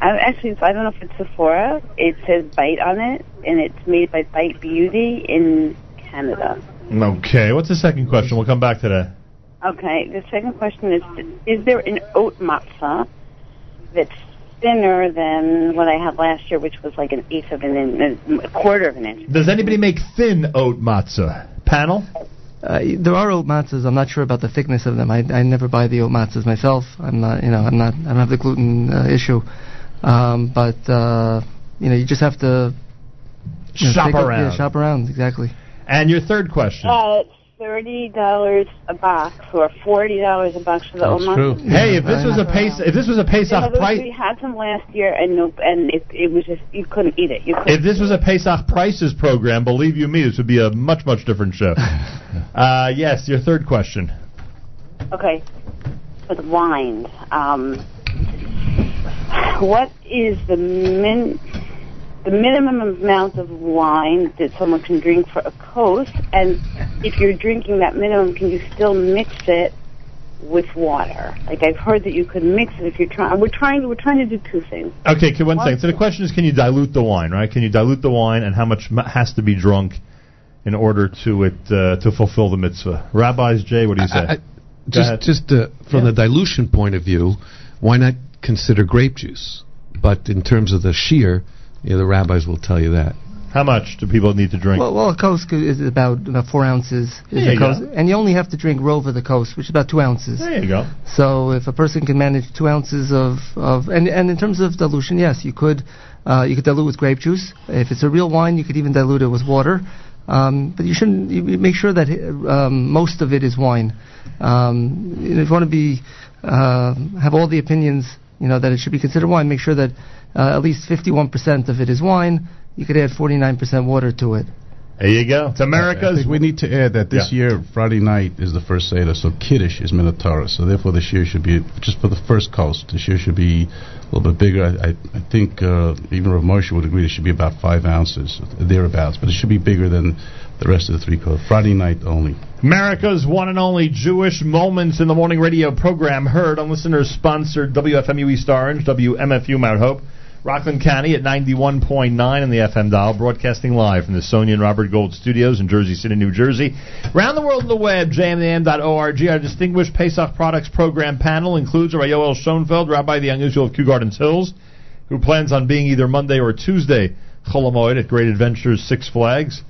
Speaker 15: I actually, I don't know if it's Sephora. It says Bite on it, and it's made by Bite Beauty in Canada.
Speaker 1: Okay, what's the second question? We'll come back to that.
Speaker 15: Okay, the second question is Is there an oat matzah that's thinner than what I had last year, which was like an eighth of an inch, a quarter of an inch?
Speaker 1: Does anybody make thin oat matzah? Panel?
Speaker 8: Uh, there are oat matzahs. I'm not sure about the thickness of them. I, I never buy the oat matzahs myself. I'm not, you know, I'm not, I don't have the gluten uh, issue. Um, but uh, you know, you just have to you know,
Speaker 1: Shop
Speaker 8: take a- yeah,
Speaker 1: around.
Speaker 8: shop around, exactly.
Speaker 1: And your third question?
Speaker 15: Uh, thirty dollars a box or forty dollars a box for the oat matzah.
Speaker 1: Hey, if this was a Pesach, if this was a
Speaker 15: You know,
Speaker 1: Pesach
Speaker 15: those-
Speaker 1: price,
Speaker 15: We had some last year, and no, and it, it was just you couldn't eat it. You couldn't.
Speaker 1: If this was a Pesach prices program, believe you me, this would be a much, much different show. uh, yes, your third question.
Speaker 15: Okay. With wines, um, what is the min the minimum amount of wine that someone can drink for a coast? And if you're drinking that minimum, can you still mix it with water? Like I've heard that you could mix it if you're trying. We're trying. We're trying to do two things.
Speaker 1: Okay, can, one
Speaker 15: What?
Speaker 1: second. So the question is, can you dilute the wine, right? Can you dilute the wine, and how much m- has to be drunk in order to it uh, to fulfill the mitzvah? Rabbis, Jay, what do you say?
Speaker 5: I- I-
Speaker 1: Go ahead.
Speaker 5: just just uh, from the dilution point of view, why not consider grape juice? But in terms of the sheer, you know, the rabbis will tell you that.
Speaker 1: How much do people need to drink?
Speaker 8: Well, well, a coast is about, about four ounces. is
Speaker 1: There
Speaker 8: a
Speaker 1: you
Speaker 8: coast.
Speaker 1: go.
Speaker 8: And you only have to drink Rover the Coast, which is about two ounces.
Speaker 1: There you go.
Speaker 8: So if a person can manage two ounces of, of and, and in terms of dilution, yes, you could uh, you could dilute with grape juice. If it's a real wine, you could even dilute it with water. Um, but you shouldn't you you make sure that uh, um, most of it is wine. Um, you know, if you want to be uh, have all the opinions, you know that it should be considered wine. Make sure that uh, at least 51% of it is wine. You could add 49% water to it.
Speaker 1: There you go. It's
Speaker 2: I think we need to add that this year Friday night is the first Seder, so Kiddush is Minotaurus. So therefore, this year should be just for the first coast. This year should be a little bit bigger. I, I, I think uh, even Rav Moshe would agree. It should be about five ounces thereabouts, but it should be bigger than the rest of the three coasts. Friday night only.
Speaker 1: America's one and only Jewish Moments in the Morning radio program heard on listeners sponsored WFMU East Orange, WMFU Mount Hope, Rockland County at 91.9 in the FM dial, broadcasting live from the Sonia and Robert Gold studios in Jersey City, New Jersey. Around the world on the web, jmnam.org. Our distinguished Pesach Products program panel includes Rabbi Yoel Schoenfeld, Rabbi of the Unusual of Kew Gardens Hills, who plans on being either Monday or Tuesday Cholamoid at Great Adventures Six Flags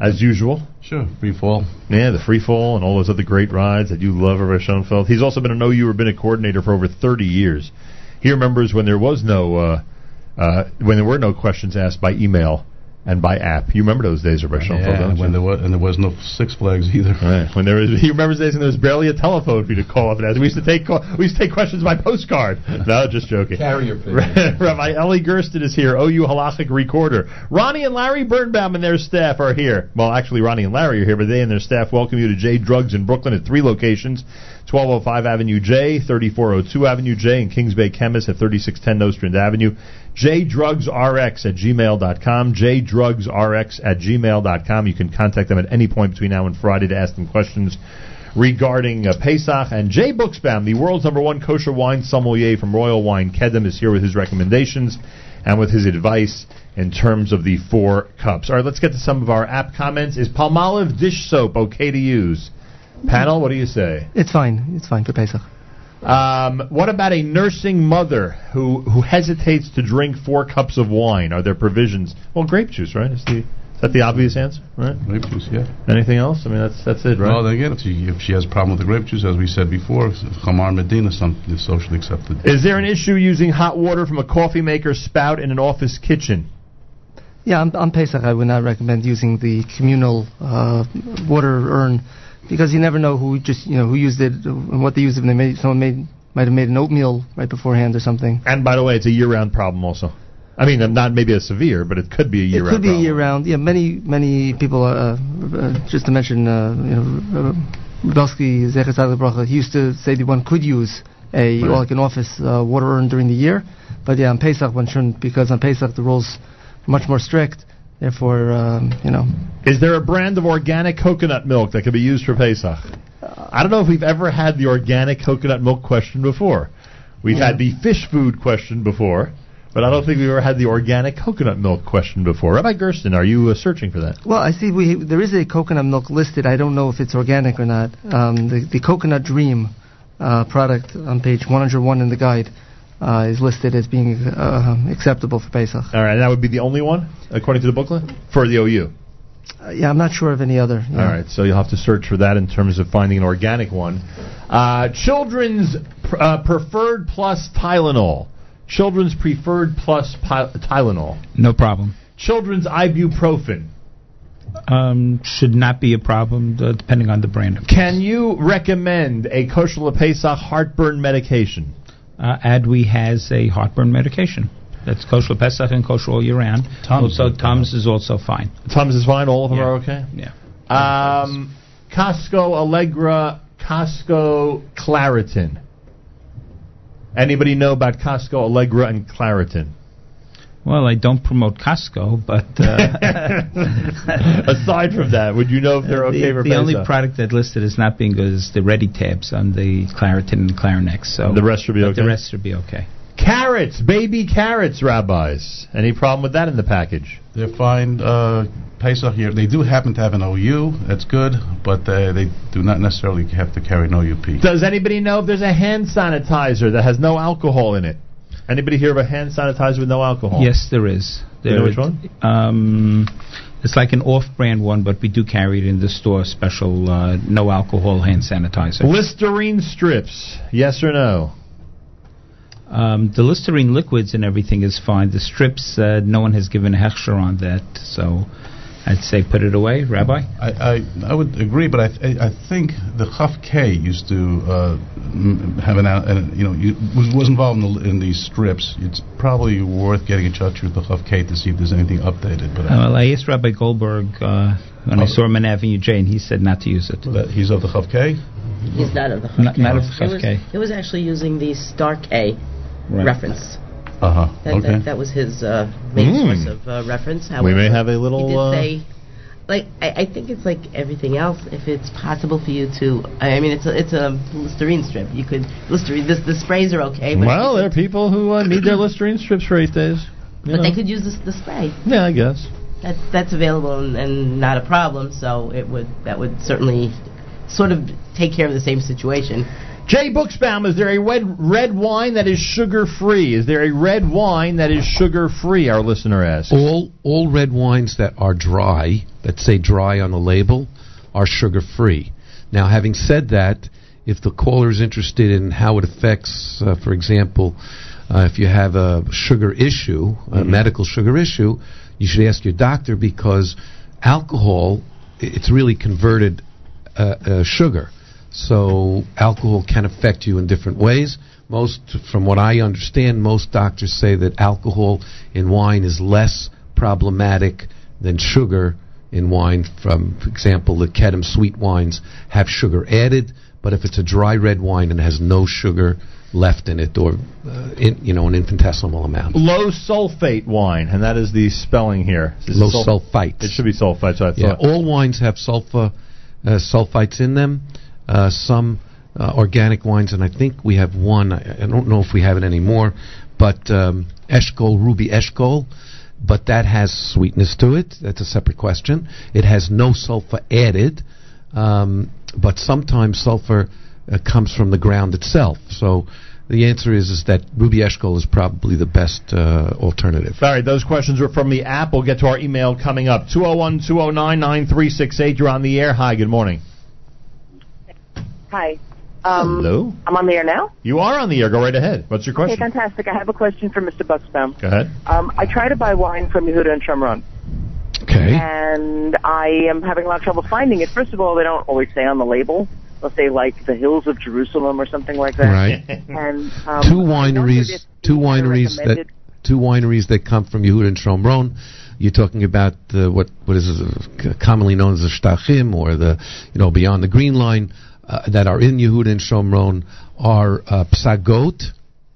Speaker 1: as usual.
Speaker 2: Sure, free fall.
Speaker 1: Yeah, the free fall and all those other great rides that you love, Rabbi Schoenfeld. He's also been an OU rabbinic coordinator for over 30 years. He remembers when there was no, uh, uh, when there were no questions asked by email and by app. You remember those days, Rabbi Schoenfeld?
Speaker 2: Yeah,
Speaker 1: don't you?
Speaker 2: when there was and there was no Six Flags either.
Speaker 1: Right. When there was, he remembers days when there was barely a telephone for you to call up and ask. We used to take call, we used to take questions by postcard. No, just joking.
Speaker 5: Carrier
Speaker 1: pigeon. Rabbi Ellie Gersten is here. OU halachic recorder. Ronnie and Larry Birnbaum and their staff are here. Well, actually, Ronnie and Larry are here, but they and their staff welcome you to J Drugs in Brooklyn at three locations: 1205 Avenue J, 3402 Avenue J, and Kings Bay Chemist at 3610 Nostrand Avenue. JDrugsRx at gmail.com. JDrugsRx at gmail.com. You can contact them at any point between now and Friday to ask them questions regarding uh, Pesach. And Jay Booksbaum, the world's number one kosher wine sommelier from Royal Wine Kedem, is here with his recommendations and with his advice in terms of the four cups. All right, let's get to some of our app comments. Is Palmolive dish soap okay to use? Panel, what do you say?
Speaker 8: It's fine. It's fine for Pesach.
Speaker 1: Um, what about a nursing mother who, who hesitates to drink four cups of wine? Are there provisions? Well, grape juice, right? Is, the, is that the obvious answer, right?
Speaker 2: Grape juice, yeah.
Speaker 1: Anything else? I mean, that's that's it, right?
Speaker 2: Well, then again, if she, if she has a problem with the grape juice, as we said before, Hamar Medina something is socially accepted.
Speaker 1: Is there an issue using hot water from a coffee maker spout in an office kitchen?
Speaker 8: Yeah, on, on Pesach, I would not recommend using the communal uh, water urn because you never know who just you know who used it and what they used it. And they made someone made might have made an oatmeal right beforehand or something.
Speaker 1: And by the way, it's a year-round problem also. I mean, I'm not maybe as severe, but it could be a
Speaker 8: It
Speaker 1: year-round
Speaker 8: could be
Speaker 1: problem.
Speaker 8: year round. Yeah, many many people. Uh, uh, just to mention, uh, you know, uh, Rudelsky Zecher Tzaddik Bracha, he used to say that one could use a or like an office uh, water urn during the year, but yeah, on Pesach one shouldn't because on Pesach the rules are much more strict. Therefore, um, you know.
Speaker 1: Is there a brand of organic coconut milk that can be used for Pesach? I don't know if we've ever had the organic coconut milk question before. We've had the fish food question before, but I don't think we've ever had the organic coconut milk question before. Rabbi Gersten, are you uh, searching for that?
Speaker 8: Well, I see we there is a coconut milk listed. I don't know if it's organic or not. Um, the, the Coconut Dream uh, product on page 101 in the guide uh, is listed as being uh, acceptable for Pesach.
Speaker 1: All right, that would be the only one according to the booklet for the OU.
Speaker 8: Uh, yeah, I'm not sure of any other. yeah.
Speaker 1: All right, so you'll have to search for that in terms of finding an organic one. Uh, children's pr- uh, preferred plus Tylenol. Children's preferred plus pi- Tylenol.
Speaker 4: No problem.
Speaker 1: Children's ibuprofen.
Speaker 4: um, should not be a problem, uh, depending on the brand.
Speaker 1: Can you recommend a kosher Pesach heartburn medication?
Speaker 4: Uh, Adwe has a heartburn medication. That's kosher Pesach and kosher all year round. Tums. Also, Tums is also fine.
Speaker 1: Tums is fine. All of them are okay.
Speaker 4: Yeah.
Speaker 1: Um, Costco Allegra, Costco Claritin. Anybody know about Costco Allegra and Claritin?
Speaker 4: Well, I don't promote Costco, but uh,
Speaker 1: Aside from that, would you know if they're okay
Speaker 4: the,
Speaker 1: for
Speaker 4: the only
Speaker 1: Pesach?
Speaker 4: product that listed as not being good is the Ready tabs on the Claritin and Clarinex. So
Speaker 1: The rest should be
Speaker 4: but The
Speaker 1: okay?
Speaker 4: rest should be okay.
Speaker 1: Carrots, baby carrots, rabbis. Any problem with that in the package?
Speaker 2: They're fine. Uh, Pesach here. They do happen to have an OU. That's good, but uh, they do not necessarily have to carry an OUP.
Speaker 1: Does anybody know if there's a hand sanitizer that has no alcohol in it? Anybody hear of a hand sanitizer with no alcohol?
Speaker 4: Yes, there is.
Speaker 1: Do you
Speaker 4: There
Speaker 1: know which
Speaker 4: is- Um, it's like an off-brand one, but we do carry it in the store. Special uh, no alcohol hand sanitizer.
Speaker 1: Listerine strips. Yes or no?
Speaker 4: Um, the Listerine liquids and everything is fine. The strips, uh, no one has given a hechsher on that, so I'd say put it away, Rabbi.
Speaker 2: I, I, I would agree, but I, th- I think the Chaf K used to uh, m- have an, out- an you know you, was, was involved in the, in these strips. It's probably worth getting in touch with the Chaf K to see if there's anything updated. But
Speaker 1: Oh,
Speaker 4: Uh, well, I asked Rabbi Goldberg uh, when I saw him on Avenue J, and he said not to use it.
Speaker 2: he's of the Chav K?
Speaker 16: He's not of the Chav
Speaker 4: Not-
Speaker 16: K.
Speaker 4: not of the
Speaker 16: He
Speaker 4: Chav
Speaker 16: was-
Speaker 4: K.
Speaker 16: He was actually using the Star K
Speaker 4: Right.
Speaker 16: reference.
Speaker 2: Uh huh.
Speaker 16: That, that, that was his uh, main
Speaker 1: Uh-huh. Hmm.
Speaker 16: source of uh, reference.
Speaker 1: We may have a little,
Speaker 16: He did
Speaker 1: uh,
Speaker 16: say, like I, I think it's like everything else. If it's possible for you to, I mean, it's a, it's a Listerine strip. You could Listerine. This the sprays are okay. But
Speaker 1: well, there are people who uh, need their Listerine strips for eight days. you
Speaker 16: but they
Speaker 1: know.
Speaker 16: could use this the spray.
Speaker 1: Yeah, I guess.
Speaker 16: That that's available and, and not a problem. So it would that would certainly sort of take care of the same situation.
Speaker 1: Jay Booksbaum, is there a red red wine that is sugar free? Is there a red wine that is sugar free? Our listener asks.
Speaker 5: All all red wines that are dry, that say dry on the label, are sugar free. Now, having said that, if the caller is interested in how it affects, uh, for example, uh, if you have a sugar issue, a
Speaker 1: Mm-hmm.
Speaker 5: medical sugar issue, you should ask your doctor because alcohol, i- it's really converted uh, uh, sugar. So alcohol can affect you in different ways. Most, from what I understand, most doctors say that alcohol in wine is less problematic than sugar in wine. From for example, the Kedem sweet wines have sugar added, but if it's a dry red wine and has no sugar left in it, or uh, in, you know, an infinitesimal amount.
Speaker 1: Low sulfate wine, and that is the spelling here. This is
Speaker 5: Low
Speaker 1: sul-
Speaker 5: sulfite.
Speaker 1: It should be sulfite. So I
Speaker 5: Yeah,
Speaker 1: thought.
Speaker 5: uh, all wines have sulfur uh, sulfites in them. Uh, some uh, organic wines, and I think we have one. I, I don't know if we have it anymore, but um, Eshkol Ruby Eshkol, but that has sweetness to it. That's a separate question. It has no sulfur added, um, but sometimes sulfur uh, comes from the ground itself. So. The answer is is that Ruby Eshkol is probably the best uh, alternative.
Speaker 1: All right, those questions were from the app. We'll get to our email coming up. 201 209 9368. You're on the air. Hi, good morning.
Speaker 17: Hi. Um,
Speaker 1: Hello?
Speaker 17: I'm on the air now.
Speaker 1: You are on the air. Go right ahead. What's your
Speaker 17: Okay,
Speaker 1: question?
Speaker 17: fantastic. I have a question for Mr. Buxbaum.
Speaker 1: Go ahead.
Speaker 17: Um, I try to buy wine from Yehuda and Shamron.
Speaker 5: Okay.
Speaker 17: And I am having a lot of trouble finding it. First of all, they don't always say on the label. They'll say like the hills of Jerusalem or something like that.
Speaker 5: Right.
Speaker 17: And um,
Speaker 5: two wineries, two wineries that
Speaker 17: recommended-
Speaker 5: two wineries that come from Yehud and Shomron. You're talking about uh, what what is uh, commonly known as the Shtachim or the you know beyond the green line uh, that are in Yehud and Shomron are uh, Psagot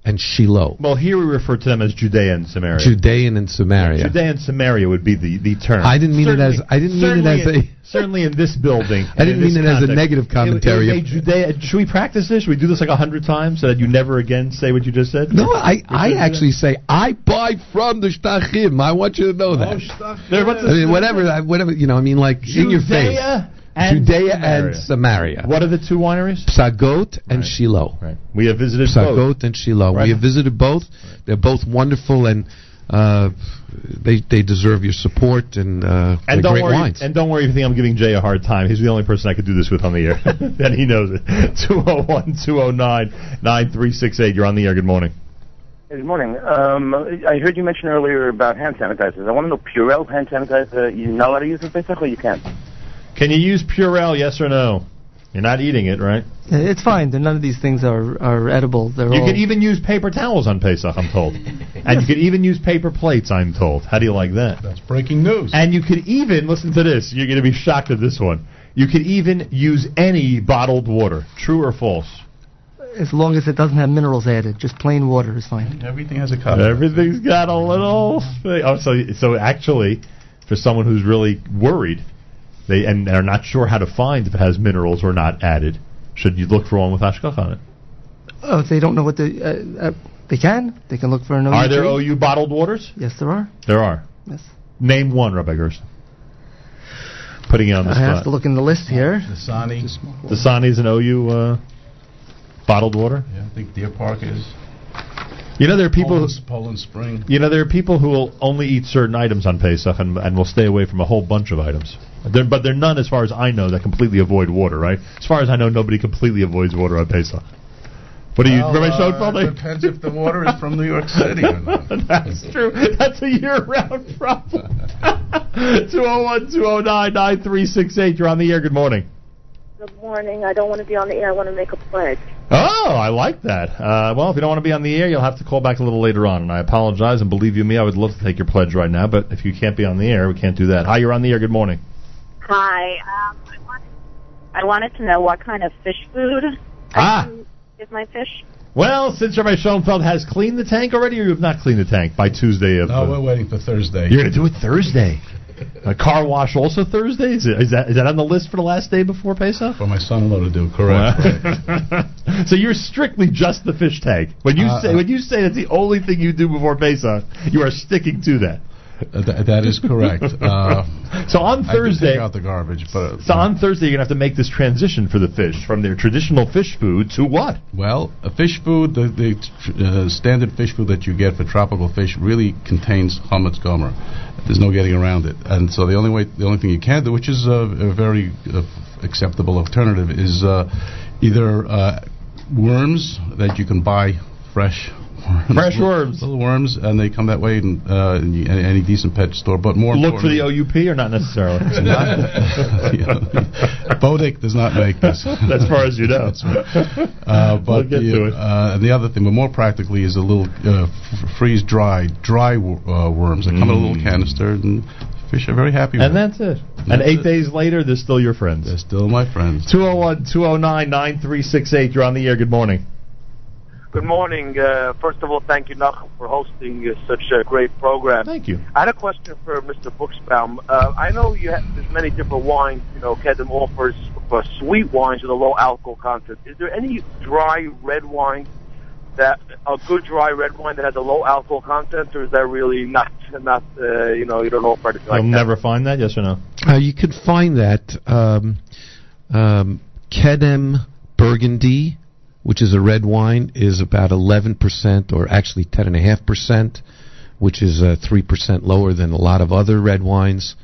Speaker 5: and Shiloh,
Speaker 1: Well, here we refer to them as Judea and Samaria.
Speaker 5: Judean and Samaria.
Speaker 1: Judea and Samaria would be the, the term.
Speaker 5: I didn't mean it as-
Speaker 1: Certainly-
Speaker 5: I didn't mean it as a-
Speaker 1: certainly in- certainly in this building.
Speaker 5: I didn't
Speaker 1: and in
Speaker 5: mean
Speaker 1: this
Speaker 5: it as a
Speaker 1: context.
Speaker 5: negative
Speaker 1: It- it was
Speaker 5: commentary.
Speaker 1: a Judea- should we practice this? Should we do this like a hundred times so that you never again say what you just said?
Speaker 5: No, I, I actually say I buy from the Shtachim. I want you to know that.
Speaker 1: There- what's
Speaker 5: I
Speaker 1: the-
Speaker 5: mean, whatever, I- whatever you know. I mean, like in your face.
Speaker 1: Judea and
Speaker 5: Judea
Speaker 1: Samaria.
Speaker 5: and Samaria.
Speaker 1: What are the two wineries?
Speaker 5: Psagot and Shiloh.
Speaker 1: Right. We have visited
Speaker 5: Psagot
Speaker 1: both.
Speaker 5: and Shiloh.
Speaker 1: Right.
Speaker 5: We have visited both. They're both wonderful and uh, they they deserve your support and uh,
Speaker 1: And
Speaker 5: they're
Speaker 1: don't
Speaker 5: great
Speaker 1: worry.
Speaker 5: wines.
Speaker 1: And don't worry if you think I'm giving Jay a hard time. He's the only person I could do this with on the air, and oh he knows it. 201-209-9368. You're on the air. Good morning.
Speaker 18: Good morning. Um, I heard you mention earlier about hand sanitizers. I want to know Purell hand sanitizer. You're not allowed to use it, basically, you can't.
Speaker 1: Can you use Purell? Yes or no? You're not eating it, right?
Speaker 8: Uh, It's fine. They're- None of these things are, are edible. They're
Speaker 1: You
Speaker 8: all
Speaker 1: could even use paper towels on Pesach, I'm told, and you could even use paper plates. I'm told. How do you like that? That's
Speaker 2: breaking news.
Speaker 1: And you could even listen to this. You're going to be shocked at this one. You could even use any bottled water. True or false?
Speaker 8: as long as it doesn't have minerals added. Just plain water is fine.
Speaker 2: Everything has a
Speaker 1: Everything's got a little. thing. Oh, so so actually, for someone who's really worried, they and are not sure how to find if it has minerals or not added, should you look for one with hashkach on it?
Speaker 8: Oh, if they don't know what the uh, uh, they can, they can look for an OU.
Speaker 1: Are there
Speaker 8: tree.
Speaker 1: OU bottled waters?
Speaker 8: Yes, there are.
Speaker 1: There are.
Speaker 8: Yes.
Speaker 1: Name one, Rabbi Gerson. Putting you on the
Speaker 8: I
Speaker 1: spot.
Speaker 8: have to look in the list here.
Speaker 2: Dasani.
Speaker 1: Dasani's an OU uh, bottled water.
Speaker 2: Yeah, I think Deer Park is.
Speaker 1: You know there are people. who-
Speaker 2: Poland, Poland Spring.
Speaker 1: You know, there are people who will only eat certain items on Pesach and, and will stay away from a whole bunch of items. There, but there are none, as far as I know, that completely avoid water, right? As far as I know, nobody completely avoids water on Pesach. What do you,
Speaker 2: Well,
Speaker 1: Rabbi
Speaker 2: uh,
Speaker 1: Schoenfeld?
Speaker 2: it depends if the water is from New York City or not.
Speaker 1: That's true. That's a year-round problem. 201-209-9368. You're on the air. Good morning.
Speaker 19: Good morning. I don't want to be on the air. I want to make a pledge.
Speaker 1: Oh, I like that. Uh, well, if you don't want to be on the air, you'll have to call back a little later on. And I apologize. And believe you me, I would love to take your pledge right now. But if you can't be on the air, we can't do that. Hi, you're on the air. Good morning.
Speaker 19: Hi. Um, I, wanted, I wanted to know what kind of fish food
Speaker 1: Ah.
Speaker 19: is my fish.
Speaker 1: Well, since Rabbi Schoenfeld has cleaned the tank already, or you have not cleaned the tank by Tuesday of.
Speaker 2: No,
Speaker 1: uh,
Speaker 2: we're waiting for Thursday.
Speaker 1: you're going to do it Thursday. A car wash also Thursday? Is, it, is that is that on the list for the last day before Pesach?
Speaker 2: For my son-in-law to do, correct.
Speaker 1: so you're strictly just the fish tank. When you
Speaker 2: Uh,
Speaker 1: say when you say that's the only thing you do before Pesach, you are sticking to that.
Speaker 2: Uh, tha- that is correct. Uh,
Speaker 1: so on
Speaker 2: I did
Speaker 1: Thursday,
Speaker 2: take out the garbage, but uh,
Speaker 1: so on Thursday you're gonna have to make this transition for the fish from their traditional fish food to what?
Speaker 2: Well, a fish food, the, the uh, standard fish food that you get for tropical fish really contains chametz gomer. There's no getting around it, and so the only way, the only thing you can do, which is a, a very uh, acceptable alternative, is uh, either uh, worms that you can buy fresh. Worms,
Speaker 1: Fresh
Speaker 2: little-
Speaker 1: worms.
Speaker 2: little worms, and they come that way in, uh, in any, any decent pet store. But more
Speaker 1: Look for the
Speaker 2: importantly-
Speaker 1: OUP or not necessarily?
Speaker 2: Bodic does not make this.
Speaker 1: as far as you know.
Speaker 2: Uh, but
Speaker 1: We'll get
Speaker 2: the,
Speaker 1: to it.
Speaker 2: Uh, and the other thing, but more practically, is a little uh, f- freeze-dried dry wor- uh, worms that come in a
Speaker 1: Mm.
Speaker 2: little canister, and fish are very happy.
Speaker 1: And
Speaker 2: with
Speaker 1: that's it. And eight days later, they're still your friends. oh They're
Speaker 2: still my friends.
Speaker 1: 201 209 9368. You're on the air. Good morning.
Speaker 7: Good morning. Uh, first of all, thank you, Nachum, for hosting uh, such a great program.
Speaker 1: Thank you.
Speaker 7: I had a question for Mr. Buxbaum. Uh, I know you have, there's many different wines. You know, Kedem offers for sweet wines with a low alcohol content. Is there any dry red wine that a good dry red wine that has a low alcohol content, or is that really not not uh, you know you don't offer anything like
Speaker 1: You'll never find that, yes or no?
Speaker 5: Uh, you can find that um, um, Kedem Burgundy, which is a red wine, is about 11%, or actually 10.5%, which is uh, 3% lower than a lot of other red wines.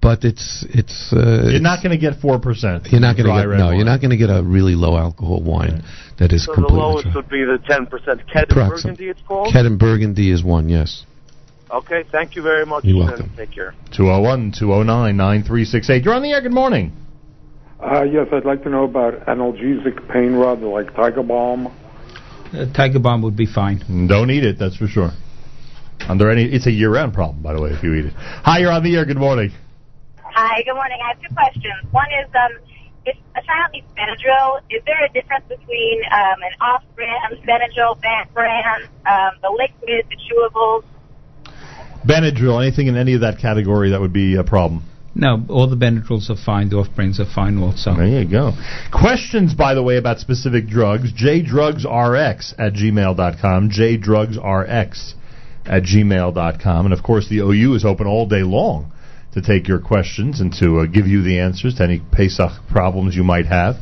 Speaker 5: But it's it's uh,
Speaker 1: You're
Speaker 5: it's-
Speaker 1: not going to get 4%.
Speaker 5: you're not going to
Speaker 1: dry
Speaker 5: get
Speaker 1: red
Speaker 5: no
Speaker 1: wine.
Speaker 5: you're not going to get a really low alcohol wine that is
Speaker 7: So the
Speaker 5: completely
Speaker 7: lowest would be the ten percent Kedem
Speaker 5: Approximate.
Speaker 7: Burgundy. It's called.
Speaker 5: Kedem Burgundy is one yes.
Speaker 7: Okay. Thank you very much.
Speaker 5: You're
Speaker 7: and
Speaker 5: welcome.
Speaker 7: Take care.
Speaker 1: 201 209 9368. You're on the air. Good morning.
Speaker 20: Uh, yes, I'd like to know about analgesic pain rub like Tiger Balm.
Speaker 1: Uh, Tiger Bomb would be fine. Don't eat it, that's for sure. Under any, It's a year round problem, by the way, if you eat it. Hi, you're on the air. Good morning.
Speaker 21: Hi, good morning. I have two questions. One is, um, if a child needs Benadryl, is there a difference between um, an off-brand Benadryl ba- brand, um, the liquid, the chewables?
Speaker 1: Benadryl, anything in any of that category that would be a problem?
Speaker 4: No, all the Benadryls are fine. The off-brands are fine also. There
Speaker 1: you go. Questions, by the way, about specific drugs, jdrugsrx at gmail.com, jdrugsrx at gmail.com. And, of course, the OU is open all day long to take your questions and to uh, give you the answers to any Pesach problems you might have.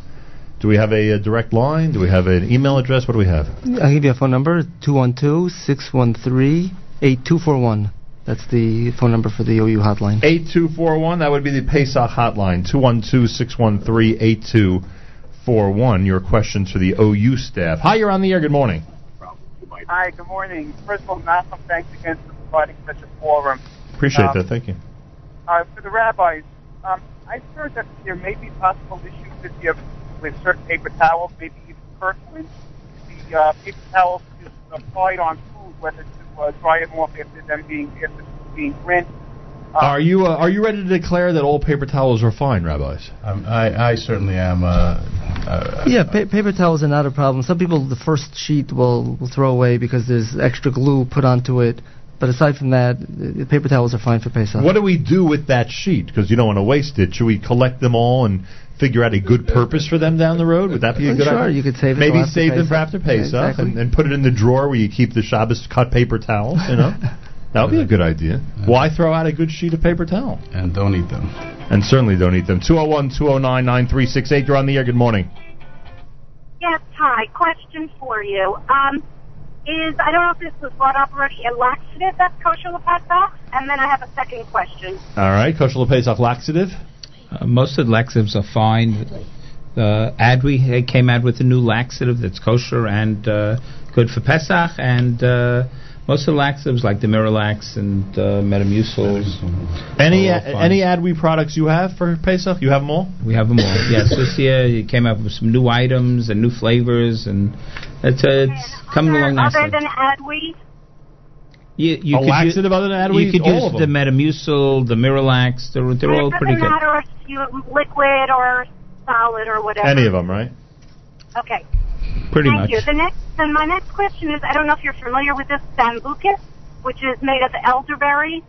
Speaker 1: Do we have a, uh direct line? Do we have an email address? What do we have?
Speaker 8: I'll give you a phone number, 212-613-8241. That's the phone number for the OU hotline.
Speaker 1: 8241, that would be the Pesach hotline, 212-613-8241. Your questions for the OU staff. Hi, you're on the air. Good morning.
Speaker 3: Hi, good morning. First of all, Malcolm, thanks again for providing such a forum.
Speaker 1: Appreciate
Speaker 3: Um,
Speaker 1: that. Thank you.
Speaker 3: Uh, for the rabbis, um, I've heard that there may be possible issues this year with certain paper towels, maybe even Kirkland. The uh, paper towels is applied on food, whether to uh, dry them off after them being after being rinsed.
Speaker 1: Are you uh, are you ready to declare that all paper towels are fine, rabbis?
Speaker 2: I, I certainly am. Uh,
Speaker 8: Yeah, pa- paper towels are not a problem. Some people, the first sheet will, will throw away because there's extra glue put onto it. But aside from that, uh, paper towels are fine for Pesach.
Speaker 1: What do we do with that sheet? Because you don't want to waste it. Should we collect them all and figure out a good purpose for them down the road? Would that be a
Speaker 8: Well,
Speaker 1: good
Speaker 8: sure,
Speaker 1: idea?
Speaker 8: you could save it
Speaker 1: Maybe
Speaker 8: till after
Speaker 1: save them for
Speaker 8: Pesach.
Speaker 1: after Pesach
Speaker 8: Yeah, exactly.
Speaker 1: and, and put it in the drawer where you keep the Shabbos cut paper towels. You know, that would be a good idea. Why throw out a good sheet of paper towel?
Speaker 2: And don't eat them.
Speaker 1: And certainly don't eat them. 201-209-9368. You're on the air. Good morning.
Speaker 19: Yes, hi. Question for you. Um, is I don't know if this was brought up already. A laxative that's kosher lepatha, and then I have a second question.
Speaker 1: All right, kosher Pesach laxative.
Speaker 4: Uh, most of the laxatives are fine. Uh, Adwe they came out with a new laxative that's kosher and uh, good for Pesach, and uh, most of the laxatives like the Miralax and uh, Metamucils.
Speaker 1: Any
Speaker 4: are all fine.
Speaker 1: any Adwe products you have for Pesach? You have them all.
Speaker 4: We have them all. yes, this year you came up with some new items and new flavors, and it's, uh, it's coming along nicely.
Speaker 19: Other than Adwe,
Speaker 4: You, you
Speaker 1: A
Speaker 4: could
Speaker 1: laxative
Speaker 4: use,
Speaker 1: other than Adwee?
Speaker 4: You could
Speaker 1: All
Speaker 4: use
Speaker 1: of
Speaker 4: the
Speaker 1: them.
Speaker 4: Metamucil, the Miralax. They're, they're all
Speaker 19: it
Speaker 4: pretty
Speaker 19: doesn't
Speaker 4: good.
Speaker 19: matter if you liquid or solid or whatever.
Speaker 1: Any of them, right?
Speaker 19: Okay.
Speaker 4: Pretty
Speaker 19: Thank
Speaker 4: much.
Speaker 19: you. The next, then my next question is, I don't know if you're familiar with this sambucus, which is made of elderberry.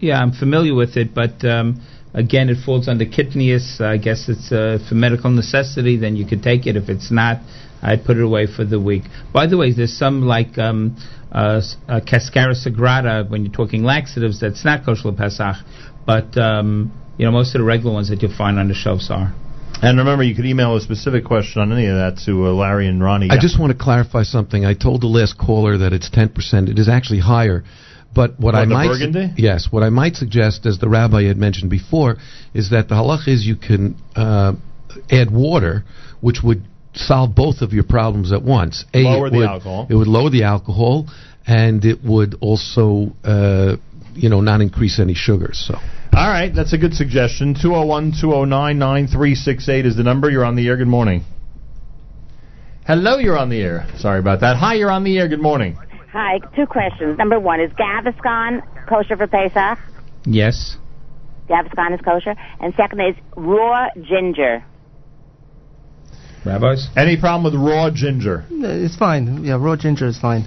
Speaker 4: Yeah, I'm familiar with it, but um, again, it falls under kitneous. I guess it's uh, for medical necessity. Then you could take it. If it's not, I'd put it away for the week. By the way, there's some like um, uh, s- uh, cascara sagrada when you're talking laxatives. That's not kosher pesach, but um, you know most of the regular ones that you'll find on the shelves are.
Speaker 1: And remember, you could email a specific question on any of that to uh, Larry and Ronnie.
Speaker 5: I just want to clarify something. I told the last caller that it's 10%. It is actually higher. But what
Speaker 1: What,
Speaker 5: I
Speaker 1: the
Speaker 5: might
Speaker 1: Burgundy?
Speaker 5: yes, what I might suggest, as the rabbi had mentioned before, is that the halach is you can uh, add water, which would solve both of your problems at once. A,
Speaker 1: Lower
Speaker 5: it
Speaker 1: the
Speaker 5: would-
Speaker 1: alcohol.
Speaker 5: It would lower the alcohol, and it would also, uh, you know, not increase any sugars. So.
Speaker 1: All right, that's a good suggestion. 201-209-9368 is the number. You're on the air. Good morning. Hello, you're on the air. Sorry about that. Hi, you're on the air. Good morning.
Speaker 22: Hi, two questions. Number one, is Gaviscon kosher for Pesach?
Speaker 4: Yes.
Speaker 22: Gaviscon is kosher. And second is raw ginger.
Speaker 4: Rabbis?
Speaker 1: Any problem with raw ginger?
Speaker 8: Uh, It's fine. Yeah, raw ginger is fine.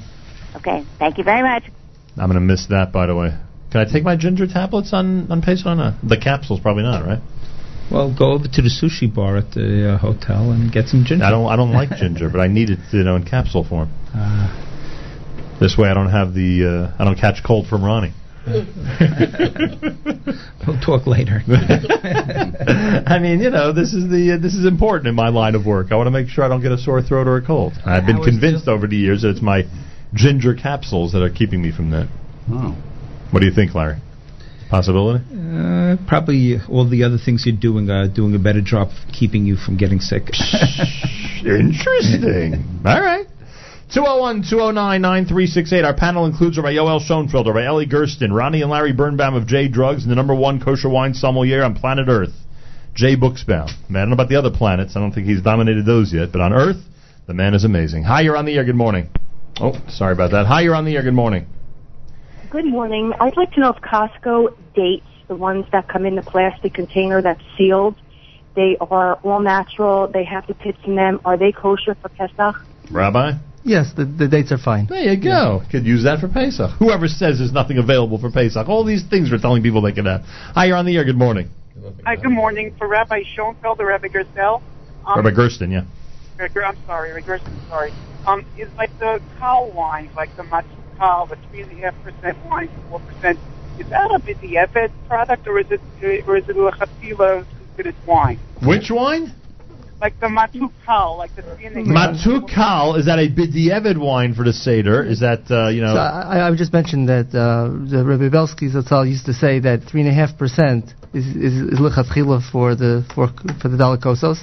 Speaker 22: Okay, thank you very much.
Speaker 1: I'm going to miss that, by the way. Can I take my ginger tablets on, on Pesach? No. The capsules, probably not, right?
Speaker 4: Well, go over to the sushi bar at the uh, hotel and get some ginger.
Speaker 1: I don't I don't like ginger, but I need it, you know, in capsule form.
Speaker 4: Uh,
Speaker 1: This way I don't have the, uh, I don't catch cold from Ronnie.
Speaker 4: we'll talk later.
Speaker 1: I mean, you know, this is the uh, this is important in my line of work. I want to make sure I don't get a sore throat or a cold. I've been convinced over the years that it's my ginger capsules that are keeping me from that. What do you think, Larry? Possibility?
Speaker 4: Uh, probably all the other things you're doing are doing a better job of keeping you from getting sick.
Speaker 1: Interesting. All right. 201-209-9368. Our panel includes Rabbi Yoel Schoenfelder, Rabbi Ellie Gersten, Ronnie and Larry Birnbaum of J Drugs, and the number one kosher wine sommelier on planet Earth, J Booksbaum. I, mean, I don't know about the other planets. I don't think he's dominated those yet, but on Earth, the man is amazing. Hi, you're on the air. Good morning. Oh, sorry about that. Hi, you're on the air. Good morning.
Speaker 23: Good morning. I'd like to know if Costco dates the ones that come in the plastic container that's sealed. They are all natural. They have the pits in them. Are they kosher for Pesach?
Speaker 1: Rabbi?
Speaker 8: Yes, the, the dates are fine.
Speaker 1: There you go. Could use that for Pesach. Whoever says there's nothing available for Pesach, all these things we're telling people they can have. Hi, you're on the air. Good morning.
Speaker 3: Hi, good morning. For Rabbi Schoenfeld or Rabbi Gerstel. Um,
Speaker 1: Rabbi Gersten, yeah.
Speaker 3: Gr- I'm sorry, Rabbi Gersten, sorry. Um, is like the cow wine, like the matzo cow, the three and a half percent wine, four percent. Is that a b'di'evet product, or is it, eh, or is it lechatila considered wine?
Speaker 1: Which wine?
Speaker 3: Like the matzo cow, like the three and a half.
Speaker 1: Matukal, is that a Bidievid wine for the Seder? Is that, uh, you know,
Speaker 8: So I, I would just mention that uh, the Rabbi Belsky Zatzal used to say that three and a half percent is is, is lechatchila for the for for the dalakosos.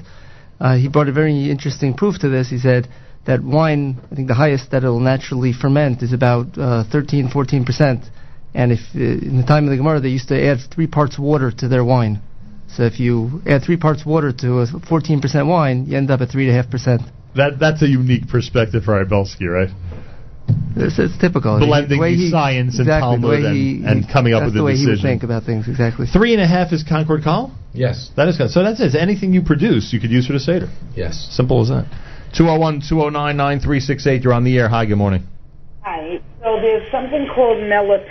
Speaker 8: Uh, he brought a very interesting proof to this. He said that wine, I think the highest that it'll naturally ferment is about uh, 13, 14 percent. And if uh, in the time of the Gemara, they used to add three parts water to their wine. So if you add three parts water to a 14 percent wine, you end up at three and a half percent.
Speaker 1: That that's a unique perspective for Ibelski, right?
Speaker 8: It's, it's typical.
Speaker 1: Blending
Speaker 8: the way
Speaker 1: the
Speaker 8: he-
Speaker 1: science and
Speaker 8: exactly, the
Speaker 1: Talmud
Speaker 8: way
Speaker 1: and-
Speaker 8: he-
Speaker 1: and coming up
Speaker 8: that's
Speaker 1: with a
Speaker 8: the way he would
Speaker 1: decision.
Speaker 8: think about things exactly.
Speaker 1: Three and a half is Concord Call?
Speaker 5: Yes.
Speaker 1: That is good. So that's it. Anything you produce, you could use for the Seder.
Speaker 5: Yes.
Speaker 1: Simple as that. 201 209 9368. You're on the air. Hi, good morning.
Speaker 9: Hi. So there's something called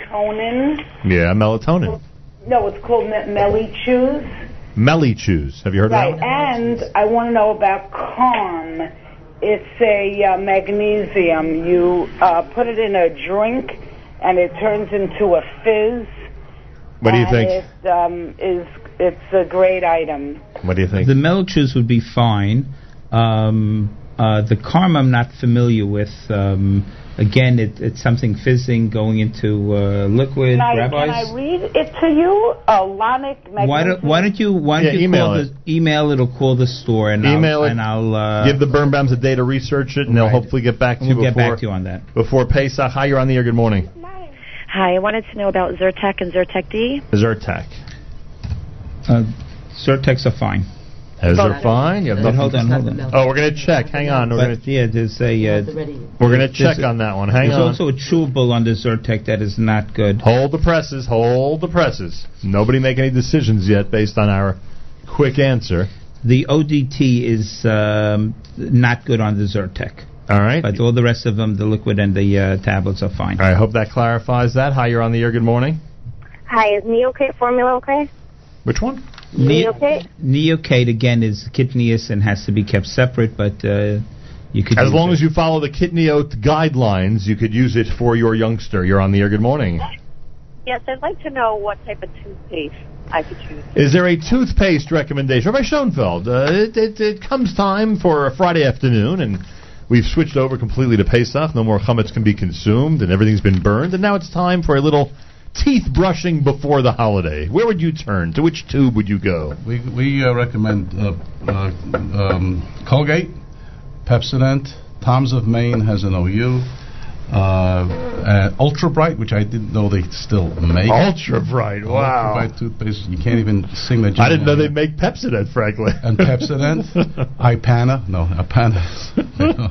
Speaker 9: melatonin.
Speaker 1: Yeah, melatonin.
Speaker 9: No, it's called me- melichus.
Speaker 1: Melly chews. Have you heard
Speaker 9: Right.
Speaker 1: of that
Speaker 9: And I want to know about Calm. It's a uh, magnesium. You uh, put it in a drink, and it turns into a fizz.
Speaker 1: one? What do you
Speaker 9: and
Speaker 1: think?
Speaker 9: It um, is. It's a great item.
Speaker 1: What do you think?
Speaker 4: The Melchus would be fine. Um, uh, the Karma I'm not familiar with. Um, again, it, it's something fizzing going into uh,
Speaker 9: Can
Speaker 4: liquid.
Speaker 9: I,
Speaker 4: rabbis.
Speaker 9: can I read it to you? Alanic magnesium.
Speaker 4: Why don't Why don't you Why
Speaker 1: Yeah,
Speaker 4: don't you
Speaker 1: email
Speaker 4: call
Speaker 1: it.
Speaker 4: the email? It'll call the store and
Speaker 1: Email
Speaker 4: I'll,
Speaker 1: it.
Speaker 4: and I'll uh,
Speaker 1: Give the Birnbaums a day to research it, and they'll hopefully get back to you before
Speaker 4: we'll get back to you on that.
Speaker 1: before Pesach. Hi, you're on the air. Good morning.
Speaker 10: Hi, I wanted to know about Zyrtec and Zyrtec D.
Speaker 1: Zyrtec.
Speaker 4: Uh, Zyrtecs are fine.
Speaker 1: Those are fine. You have
Speaker 4: Wait,
Speaker 1: nothing-
Speaker 4: hold on, hold on.
Speaker 1: Oh, we're gonna check. Hang on. We're gonna
Speaker 4: But, yeah, there's a. Uh,
Speaker 1: we're gonna
Speaker 4: there's
Speaker 1: check
Speaker 4: a-
Speaker 1: on that one. Hang
Speaker 4: there's
Speaker 1: on.
Speaker 4: also a chewable on the Zyrtec that is not good.
Speaker 1: Hold the presses. Hold the presses. Nobody make any decisions yet based on our quick answer.
Speaker 4: The ODT is um, not good on the Zyrtec.
Speaker 1: All right.
Speaker 4: But all the rest of them, the liquid and the uh, tablets are fine.
Speaker 1: All right. Hope that clarifies that. Hi, you're on the air. Good morning.
Speaker 10: Hi, is Neocate formula okay?
Speaker 1: Which one?
Speaker 10: Neocate?
Speaker 4: Neocate again is kidneyous and has to be kept separate, but uh, you could.
Speaker 1: As
Speaker 4: use
Speaker 1: long
Speaker 4: it.
Speaker 1: as you follow the kidney oath guidelines, you could use it for your youngster. You're on the air. Good morning.
Speaker 10: Yes, I'd like to know what type of toothpaste I could choose.
Speaker 1: Is there a toothpaste recommendation? Rabbi Schoenfeld, uh, it, it, it comes time for a Friday afternoon, and we've switched over completely to Pesach. No more chametz can be consumed, and everything's been burned, and now it's time for a little teeth brushing before the holiday. Where would you turn? To which tube would you go?
Speaker 2: We, we uh, recommend uh, uh, um, Colgate, Pepsodent, Tom's of Maine has an OU, uh, uh, Ultra Bright, which I didn't know they still make.
Speaker 1: Ultra Bright, wow.
Speaker 2: Ultra Bright toothpaste. You can't even sing the.
Speaker 1: I didn't know they make Pepsodent, frankly.
Speaker 2: And Pepsodent, Ipana, no, Ipana.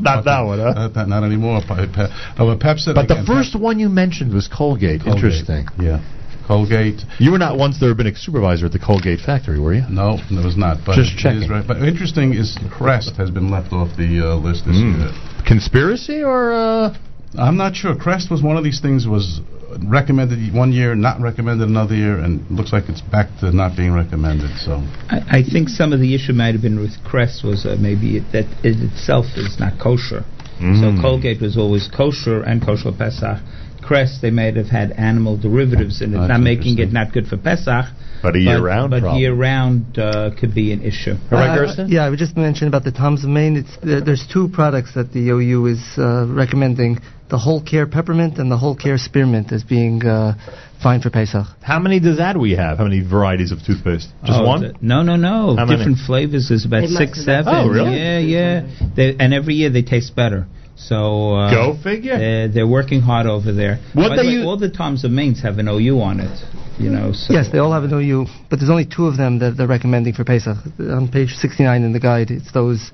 Speaker 2: not that one, huh? Not, not anymore. Pi- Pe- No, but Pepsodent.
Speaker 1: But the
Speaker 2: again,
Speaker 1: first one you mentioned was Colgate.
Speaker 2: Colgate,
Speaker 1: Interesting.
Speaker 2: Yeah. Colgate.
Speaker 1: You were not once the rabbinic supervisor at the Colgate factory, were you?
Speaker 2: No, there was not. But
Speaker 1: Just
Speaker 2: it
Speaker 1: checking.
Speaker 2: is right. But interesting is Crest has been left off the uh, list this
Speaker 1: Mm.
Speaker 2: year.
Speaker 1: Conspiracy or? Uh...
Speaker 2: I'm not sure. Crest was one of these things was recommended one year, not recommended another year, and looks like it's back to not being recommended. So
Speaker 4: I, I think some of the issue might have been with Crest was uh, maybe it, that it itself is not kosher.
Speaker 1: Mm.
Speaker 4: So Colgate was always kosher and kosher Pesach. Crest they might have had animal derivatives in it,
Speaker 1: That's
Speaker 4: not making it not good for Pesach.
Speaker 1: But a year-round
Speaker 4: But
Speaker 1: problem.
Speaker 4: year round uh, could be an issue.
Speaker 8: Uh, Yeah, I would just mention about the Tom's of Maine. It's there, there's two products that the OU is uh, recommending: the Whole Care Peppermint and the Whole Care Spearmint as being uh, fine for Pesach.
Speaker 1: How many does that we have? How many varieties of toothpaste? Just
Speaker 4: Oh,
Speaker 1: one?
Speaker 4: th- no, no, no.
Speaker 1: How many?
Speaker 4: Different flavors. There's about
Speaker 1: They must
Speaker 4: six,
Speaker 1: have-
Speaker 4: seven.
Speaker 1: Oh, really?
Speaker 4: Yeah, yeah. They, and every year they taste better. So uh,
Speaker 1: Go figure.
Speaker 4: They're, they're working hard over there.
Speaker 8: What
Speaker 4: By
Speaker 8: they
Speaker 4: the way,
Speaker 8: use-
Speaker 4: all the Toms of Maine's have an OU on it. You know. So
Speaker 8: yes, they all have an OU, but there's only two of them that they're recommending for Pesach. On page 69 in the guide, it's those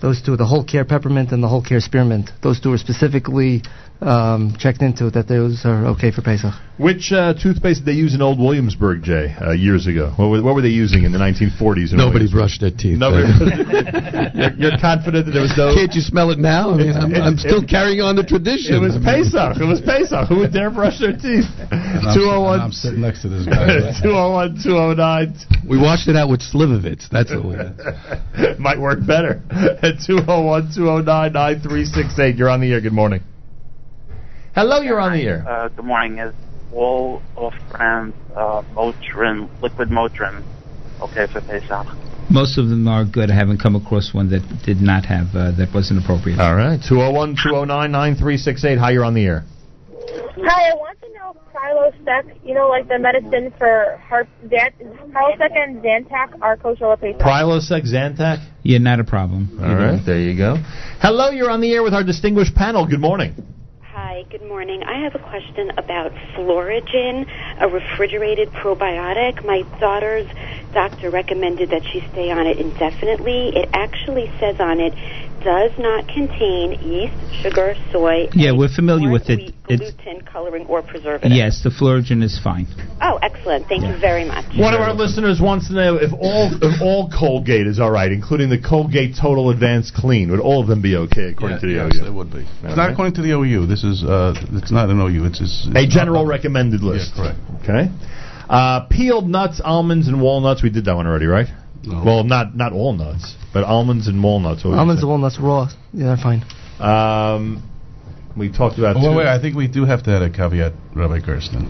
Speaker 8: those two: the Whole Care Peppermint and the Whole Care Spearmint. Those two are specifically um, checked into that those are okay for Pesach.
Speaker 1: Which uh, toothpaste did they use in Old Williamsburg, Jay, uh, years ago? What were, what were they using in the 1940s? In
Speaker 5: Nobody
Speaker 1: Williamsburg?
Speaker 5: brushed their teeth.
Speaker 1: Nobody.
Speaker 5: then.
Speaker 1: you're, you're confident that there was no.
Speaker 5: Can't you smell it now? I mean, I'm,
Speaker 1: It-
Speaker 5: I'm
Speaker 1: it-
Speaker 5: still carrying on the tradition.
Speaker 1: It was
Speaker 5: I mean-
Speaker 1: Pesach. It was Pesach. Who would dare brush their teeth?
Speaker 2: and I'm, sitting- and I'm sitting next to this guy.
Speaker 1: 201 209.
Speaker 5: We washed it out with Slivovitz. That's what we did.
Speaker 1: Might work better. oh At 201 209 9368. You're on the air. Good morning. Hello, you're on the air.
Speaker 12: Uh, good morning. Is Wall of France uh, Motrin, liquid Motrin, okay for Pesach?
Speaker 4: most of them are good. I haven't come across one that did not have uh, that wasn't appropriate.
Speaker 1: All right. 201 209 9368. Hi, you're on the air.
Speaker 24: Hi, I want to know if Prilosec, you know, like the medicine for heart, Zan- Prilosec and Zantac are kosher or Pesach.
Speaker 1: Prilosec, Zantac?
Speaker 4: You're not a problem.
Speaker 1: All right, there you go. Hello, you're on the air with our distinguished panel. Good morning.
Speaker 11: Hi, good morning. I have a question about Florigen, a refrigerated probiotic. My daughter's doctor recommended that she stay on it indefinitely. It actually says on it does not contain yeast, sugar, soy,
Speaker 4: Yeah, we're familiar with it. It's
Speaker 11: gluten, coloring, or preservative.
Speaker 4: yes, the Florigen is fine.
Speaker 11: Oh, excellent. Thank you very much.
Speaker 1: One of our listeners wants to know if all if all Colgate is all right, including the Colgate Total Advanced Clean. Would all of them be okay according to the
Speaker 2: yes,
Speaker 1: OU?
Speaker 2: they would be. It's
Speaker 1: right.
Speaker 2: not according to the OU. This is uh, it's not an OU. It's, it's
Speaker 1: A general recommended list.
Speaker 2: correct.
Speaker 1: Okay. Uh, peeled nuts, almonds, and walnuts. We did that one already, right? Well, not not all nuts, but almonds and walnuts. What would you
Speaker 8: Almonds and walnuts raw. Yeah, they're fine.
Speaker 1: say? Um, we talked about.
Speaker 2: Oh,
Speaker 1: two-
Speaker 2: wait, wait, I think we do have to add a caveat, Rabbi Gersten.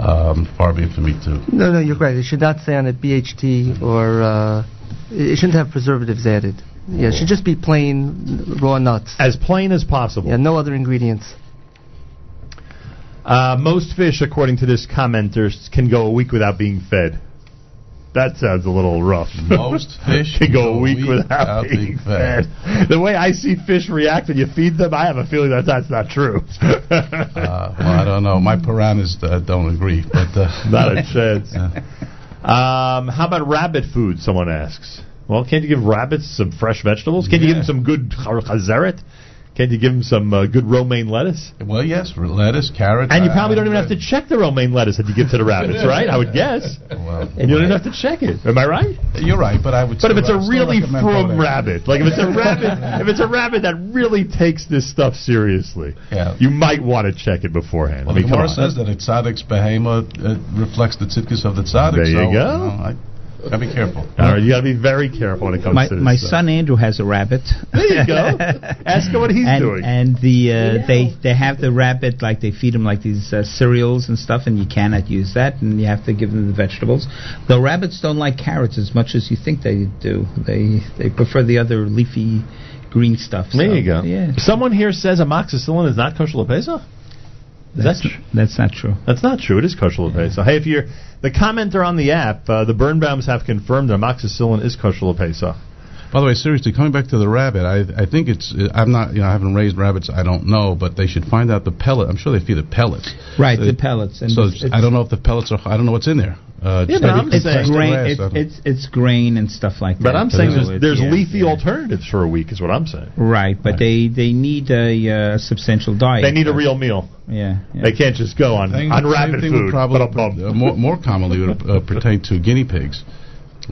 Speaker 2: Um, far be it for me to
Speaker 8: No, no, you're correct. It should not say on it BHT or uh, it it shouldn't have preservatives added. Yeah, it should just be plain raw nuts.
Speaker 1: As plain as possible.
Speaker 8: Yeah, no other ingredients.
Speaker 1: Uh, most fish, according to this commenter, s- can go a week without being fed. That sounds a little rough.
Speaker 2: Most fish
Speaker 1: can go a
Speaker 2: go a
Speaker 1: week,
Speaker 2: week
Speaker 1: without,
Speaker 2: without
Speaker 1: being
Speaker 2: being
Speaker 1: fed. The way I see fish react when you feed them, I have a feeling that that's not true.
Speaker 2: Uh, well, I don't know. My piranhas uh, don't agree, but uh,
Speaker 1: Not a chance. Um, how about rabbit food? Someone asks. Well, can't you give rabbits some fresh vegetables? Can't you give them some good char- chazaret? Can't you give them some uh, good romaine lettuce?
Speaker 2: Well, yes, lettuce, uh, carrots.
Speaker 1: And you probably don't even have to check the romaine lettuce that you give to the rabbits, right? I would guess.
Speaker 2: Well,
Speaker 1: And you don't even have to check it. Am I right?
Speaker 2: You're right, but I would.
Speaker 1: But if it's a
Speaker 2: still- still
Speaker 1: really
Speaker 2: recommend
Speaker 1: from
Speaker 2: both.
Speaker 1: rabbit, like if it's a rabbit, if it's a rabbit that really takes this stuff seriously,
Speaker 2: Yeah.
Speaker 1: you might want to check it beforehand.
Speaker 2: Well,
Speaker 1: I
Speaker 2: the
Speaker 1: mean, come
Speaker 2: Gemara
Speaker 1: on.
Speaker 2: says that a tzaddik's behema uh, reflects the tzidkus of the tzaddik.
Speaker 1: There you
Speaker 2: so,
Speaker 1: go.
Speaker 2: know, I, gotta be careful.
Speaker 1: All right, you got to be very careful when it comes
Speaker 4: My,
Speaker 1: to this.
Speaker 4: my
Speaker 1: stuff.
Speaker 4: son Andrew has a rabbit.
Speaker 1: There you go. Ask him what he's
Speaker 4: and,
Speaker 1: doing.
Speaker 4: And the
Speaker 1: We know.
Speaker 4: uh, they they have the rabbit like they feed them like these uh, cereals and stuff, and you cannot use that, and you have to give them the vegetables. Though rabbits don't like carrots as much as you think they do. They they prefer the other leafy green stuff.
Speaker 1: There
Speaker 4: so,
Speaker 1: you go.
Speaker 4: Yeah,
Speaker 1: Someone here says amoxicillin is not kosher lepesa. Is that tr-
Speaker 4: that's not true.
Speaker 1: That's not true. It is kosher lepesa. Hey, if you're the commenter on the app, uh, the Birnbaums have confirmed that amoxicillin is kosher lepesa.
Speaker 2: By the way, seriously, coming back to the rabbit, I I think it's uh, I'm not you know I haven't raised rabbits, I don't know, but they should find out the pellet. I'm sure they feed the pellets.
Speaker 4: Right,
Speaker 2: So
Speaker 4: the
Speaker 2: it-
Speaker 4: pellets. And
Speaker 2: so
Speaker 4: it's-
Speaker 2: I don't know if the pellets are. I don't know what's in there. Uh,
Speaker 4: Yeah,
Speaker 2: just
Speaker 4: but
Speaker 2: maybe
Speaker 4: I'm it's
Speaker 2: compressed
Speaker 4: grain.
Speaker 2: grass, I
Speaker 4: It's,
Speaker 2: don't-
Speaker 4: it's it's grain and stuff like that.
Speaker 1: But I'm saying
Speaker 4: So
Speaker 1: there's,
Speaker 4: it-
Speaker 1: there's
Speaker 4: yeah.
Speaker 1: leafy alternatives for a week, is what I'm saying.
Speaker 4: Right, but they they need a uh, substantial diet.
Speaker 1: They need a real meal.
Speaker 4: Yeah, yeah.
Speaker 1: They can't just go on,
Speaker 2: Thing-
Speaker 1: on
Speaker 2: same
Speaker 1: rabbit
Speaker 2: thing
Speaker 1: food.
Speaker 2: Would probably,
Speaker 1: Ba-dum-bum.
Speaker 2: uh, more, more commonly would uh, pertain to guinea pigs.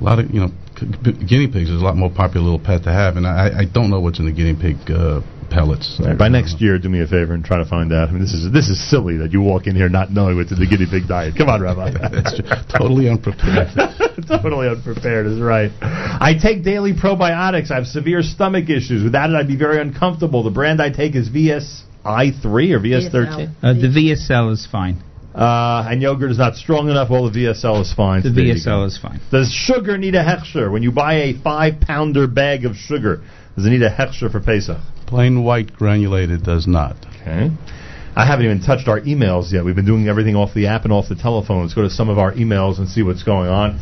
Speaker 2: A lot of you know c- g- guinea pigs is a lot more popular little pet to have, and I, I don't know what's in the guinea pig uh, pellets.
Speaker 1: All right, by next year, do me a favor and try to find out. I mean, this is this is silly that you walk in here not knowing what's in the guinea pig diet. Come on, Rabbi.
Speaker 2: That's totally unprepared.
Speaker 1: totally unprepared is right. I take daily probiotics. I have severe stomach issues. Without it, I'd be very uncomfortable. The brand I take is VSI3 or VS13.
Speaker 4: Uh, the VSL is fine.
Speaker 1: Uh, and yogurt is not strong enough. Well, the VSL is fine.
Speaker 4: The
Speaker 1: so there you
Speaker 4: VSL
Speaker 1: go.
Speaker 4: is fine.
Speaker 1: Does sugar need a hechsher? When you buy a five-pounder bag of sugar, does it need a hechsher for Pesach?
Speaker 2: Plain white granulated does not.
Speaker 1: Okay. I haven't even touched our emails yet. We've been doing everything off the app and off the telephone. Let's go to some of our emails and see what's going on.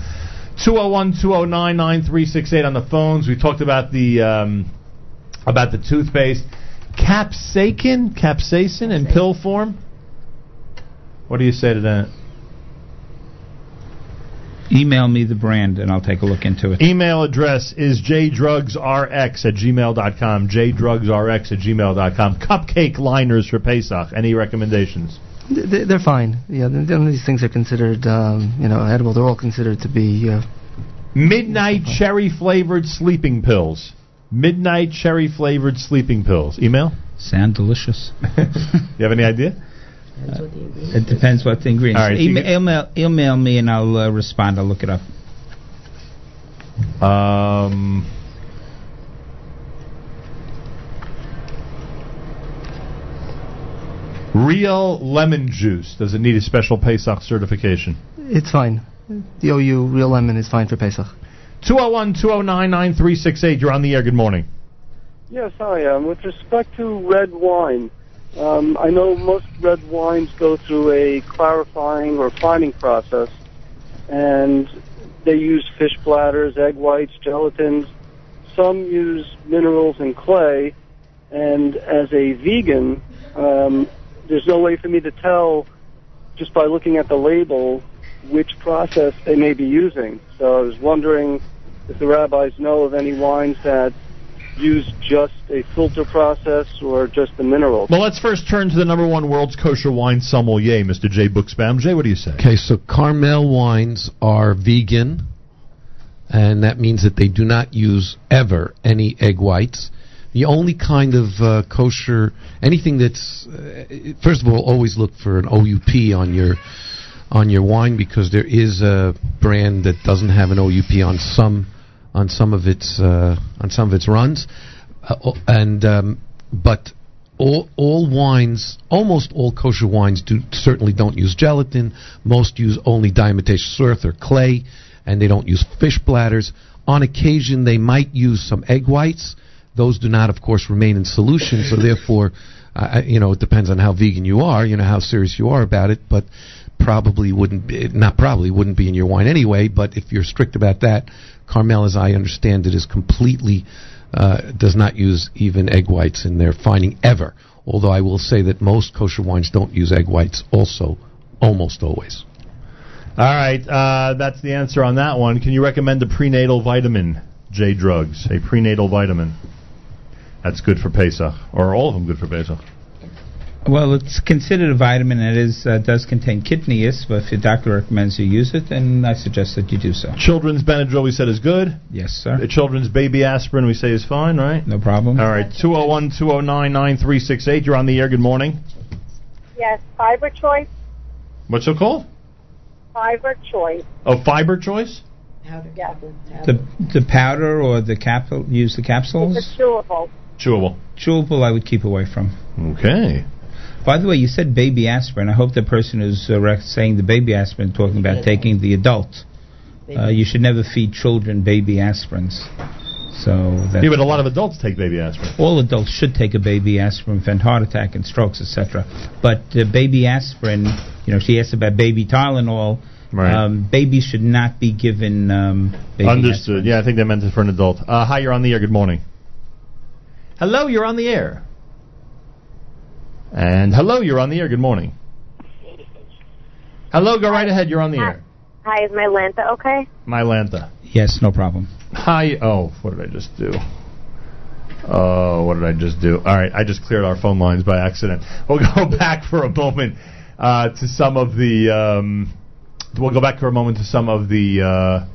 Speaker 1: 201-209-9368 on the phones. We talked about the um, about the toothpaste, capsaicin, capsaicin in pill form. What do you say to that?
Speaker 4: Email me the brand and I'll take a look into it.
Speaker 1: Email address is jdrugsrx at gmail.com. jdrugsrx at gmail.com. Cupcake liners for Pesach. Any recommendations?
Speaker 8: Th- th- They're fine. Yeah, th- none of these things are considered, um, you know, edible. They're all considered to be. Uh,
Speaker 1: Midnight cherry flavored sleeping pills. Midnight cherry flavored sleeping pills. Email?
Speaker 4: Sound delicious.
Speaker 1: You have any idea?
Speaker 4: It depends what the ingredients.
Speaker 1: All right, so you
Speaker 4: email, email email me and I'll uh, respond. I'll look it up.
Speaker 1: Um, real lemon juice. Does it need a special Pesach certification?
Speaker 8: it's fine. The OU real lemon is fine for Pesach.
Speaker 1: 201 209 9368. You're on the air. Good morning.
Speaker 13: Yes, hi. Um, with respect to red wine, um, I know most red wines go through a clarifying or fining process, and they use fish bladders, egg whites, gelatins. Some use minerals and clay, and as a vegan, um, there's no way for me to tell just by looking at the label which process they may be using. So I was wondering if the rabbis know of any wines that use just a filter process or just the minerals.
Speaker 1: Well, let's first turn to the number one world's kosher wine sommelier, Mr. Jay Booksbaum. Jay, what do you say?
Speaker 5: Okay, so Carmel wines are vegan, and that means that they do not use ever any egg whites. The only kind of uh, kosher, anything that's, uh, first of all, always look for an OUP on your on your wine because there is a brand that doesn't have an OUP on some on some of its uh, on some of its runs, uh, o- and um, but all all wines, almost all kosher wines, do certainly don't use gelatin. Most use only diatomaceous earth or clay, and they don't use fish bladders. On occasion, they might use some egg whites. Those do not, of course, remain in solution. So therefore, uh, you know, it depends on how vegan you are, you know, how serious you are about it. But probably wouldn't be, not probably wouldn't be in your wine anyway. But if you're strict about that, Carmel, as I understand it, is completely uh, does not use even egg whites in their finding ever. Although I will say that most kosher wines don't use egg whites, also almost always.
Speaker 1: All right, uh, that's the answer on that one. Can you recommend a prenatal vitamin, J drugs, a prenatal vitamin? That's good for Pesach, or all of them good for Pesach.
Speaker 4: Well, it's considered a vitamin that is uh, does contain kitneous, but if your doctor recommends you use it, then I suggest that you do so.
Speaker 1: Children's Benadryl we said is good.
Speaker 4: Yes, sir.
Speaker 1: The children's baby aspirin we say is fine, right?
Speaker 4: No problem.
Speaker 1: All right, 201 209 9368. You're on the air. Good morning.
Speaker 21: Yes, fiber choice,
Speaker 1: What's it called?
Speaker 21: fiber choice.
Speaker 1: Oh, fiber choice?
Speaker 21: Yes,
Speaker 4: The the powder or the capsule, use the capsules.
Speaker 21: it's chewable.
Speaker 1: Chewable.
Speaker 4: Chewable, I would keep away from.
Speaker 1: Okay.
Speaker 4: By the way, you said baby aspirin. I hope the person who's uh, rec- saying the baby aspirin talking about taking the adult. Uh, you should never feed children baby aspirins. So that's
Speaker 1: yeah, but a lot of adults take baby aspirin.
Speaker 4: all adults should take a baby aspirin to prevent heart attack and strokes, etc. But uh, baby aspirin, you know, she asked about baby Tylenol.
Speaker 1: Right.
Speaker 4: Um, babies should not be given. Um, baby
Speaker 1: Understood. Yeah, I think they meant it for an adult. Uh, hi, you're on the air. Good morning. Hello, you're on the air. And hello, you're on the air. Good morning. Hello, go right ahead. You're on the air.
Speaker 24: Hi, is my Lanta okay?
Speaker 1: My Lanta.
Speaker 4: Yes, no problem.
Speaker 1: Hi. Oh, what did I just do? Oh, what did I just do? All right, I just cleared our phone lines by accident. We'll go back for a moment uh, to some of the. Um, we'll go back for a moment to some of the uh,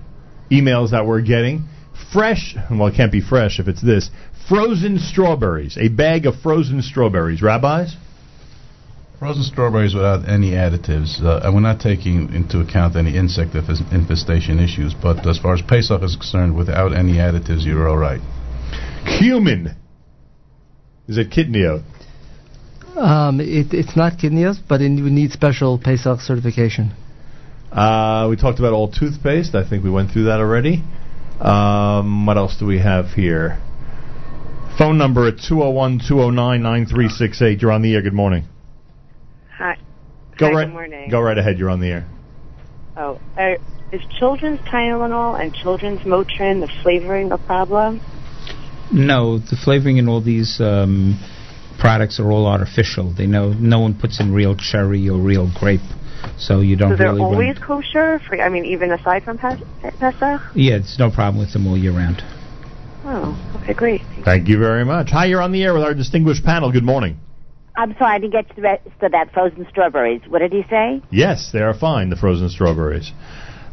Speaker 1: emails that we're getting. Fresh. Well, it can't be fresh if it's this. Frozen strawberries. A bag of frozen strawberries. Rabbis.
Speaker 2: Frozen strawberries without any additives, uh, and we're not taking into account any insect infes- infestation issues. But as far as Pesach is concerned, without any additives, you're all right.
Speaker 1: Cumin. Is it kidney oat?
Speaker 8: Um, it, it's not kidneys, but it would need special Pesach certification.
Speaker 1: Uh, we talked about all toothpaste. I think we went through that already. Um, what else do we have here? Phone number at 201 209 9368. You're on the air. Good morning.
Speaker 14: Hi.
Speaker 1: Go
Speaker 14: Hi,
Speaker 1: right,
Speaker 14: Good morning.
Speaker 1: Go right ahead. You're on the air.
Speaker 14: Oh, uh, is children's Tylenol and children's Motrin the flavoring a problem?
Speaker 4: No, the flavoring in all these um, products are all artificial. They know no one puts in real cherry or real grape, so you don't
Speaker 14: so they're
Speaker 4: really. run-
Speaker 14: always kosher. For, I mean, even aside from Pes- Pesach.
Speaker 4: yeah, it's no problem with them all year round.
Speaker 14: Oh, okay, great.
Speaker 1: Thank you very much. Hi, you're on the air with our distinguished panel. Good morning.
Speaker 22: I'm sorry, I didn't get to the rest of that frozen strawberries. What did he say?
Speaker 1: Yes, they are fine, the frozen strawberries.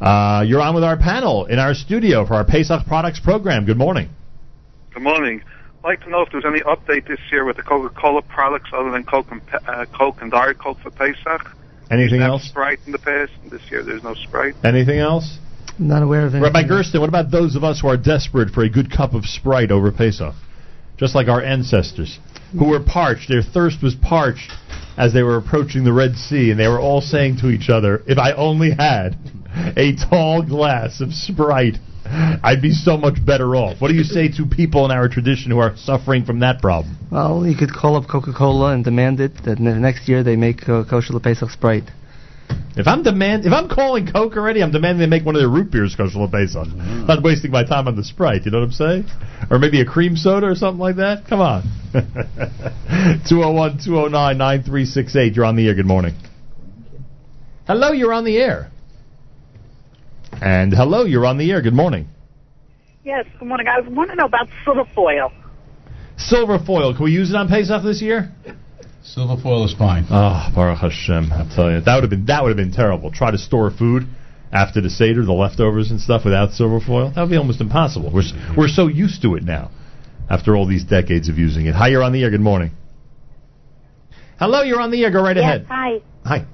Speaker 1: Uh, you're on with our panel in our studio for our Pesach Products program. Good morning.
Speaker 6: Good morning. I'd like to know if there's any update this year with the Coca-Cola products other than Coke and, Pe- uh, Coke and Diet Coke for Pesach.
Speaker 1: Anything
Speaker 6: There's
Speaker 1: else?
Speaker 6: Sprite in the past. and This year there's no Sprite.
Speaker 1: Anything else?
Speaker 8: Not aware of anything.
Speaker 1: Rabbi Gersten, what about those of us who are desperate for a good cup of Sprite over Pesach? Just like our ancestors, who were parched, their thirst was parched as they were approaching the Red Sea, and they were all saying to each other, If I only had a tall glass of Sprite, I'd be so much better off. What do you say to people in our tradition who are suffering from that problem?
Speaker 8: Well, you could call up Coca-Cola and demand it that ne- next year they make uh, kosher Pesach Sprite.
Speaker 1: If I'm demand, if I'm calling Coke already, I'm demanding they make one of their root beers kosher based on. Not wasting my time on the Sprite. You know what I'm saying? Or maybe a cream soda or something like that. Come on. 201-209-9368. You're on the air. Good morning. Hello, you're on the air. And hello, you're on the air. Good morning.
Speaker 15: Yes, good morning. I want to know about silver foil.
Speaker 1: Silver foil. Can we use it on Pesach this year?
Speaker 2: Silver foil is fine.
Speaker 1: Oh, Baruch Hashem! I'll tell you, that would have been that would have been terrible. Try to store food after the seder, the leftovers and stuff, without silver foil. That would be almost impossible. We're s- we're so used to it now, after all these decades of using it. Hi, you're on the air. Good morning. Hello, you're on the air. Go right ahead.
Speaker 16: Hi.
Speaker 1: Hi.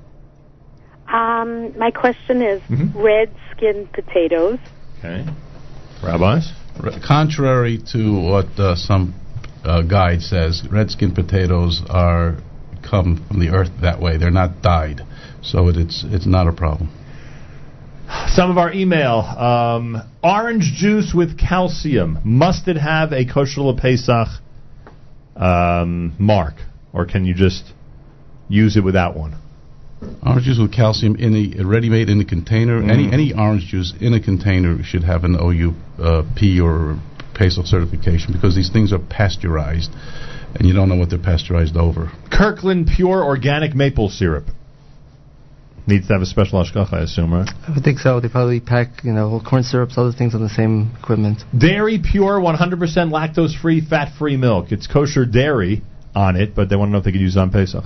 Speaker 16: Um, my question is
Speaker 1: Mm-hmm.
Speaker 16: red skinned potatoes.
Speaker 1: Okay. Rabbis?
Speaker 2: Contrary to what uh, some uh, guide says, red skin potatoes are come from the earth that way. They're not dyed, so it, it's it's not a problem.
Speaker 1: Some of our email. Um, orange juice with calcium. Must it have a kosher Le Pesach um, mark, or can you just use it without one?
Speaker 2: Orange juice with calcium in the ready-made in the container. Any
Speaker 1: Mm.
Speaker 2: any orange juice in a container should have an OU uh, P or PASIL certification because these things are pasteurized, and you don't know what they're pasteurized over.
Speaker 1: Kirkland Pure Organic Maple Syrup. Needs to have a special hashgacha, I assume, right?
Speaker 8: I would think so. They probably pack, you know, corn syrups, other things on the same equipment.
Speaker 1: Dairy Pure, 100% lactose-free, fat-free milk. It's kosher dairy on it, but they want to know if they could use it on Pesach.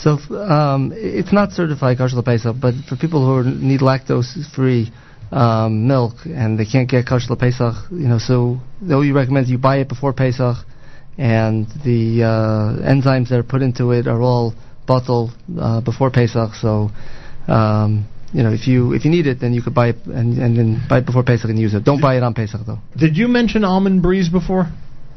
Speaker 8: So f- um, it's not certified kosher lepesa, but for people who are- need lactose-free um, milk and they can't get kosher lepesach, you know, so they always recommend you buy it before Pesach, and the uh, enzymes that are put into it are all bottled uh, before Pesach. So, um, you know, if you if you need it, then you could buy it and, and then buy it before Pesach and use it. Don't buy it on Pesach though.
Speaker 1: Did you mention almond breeze before?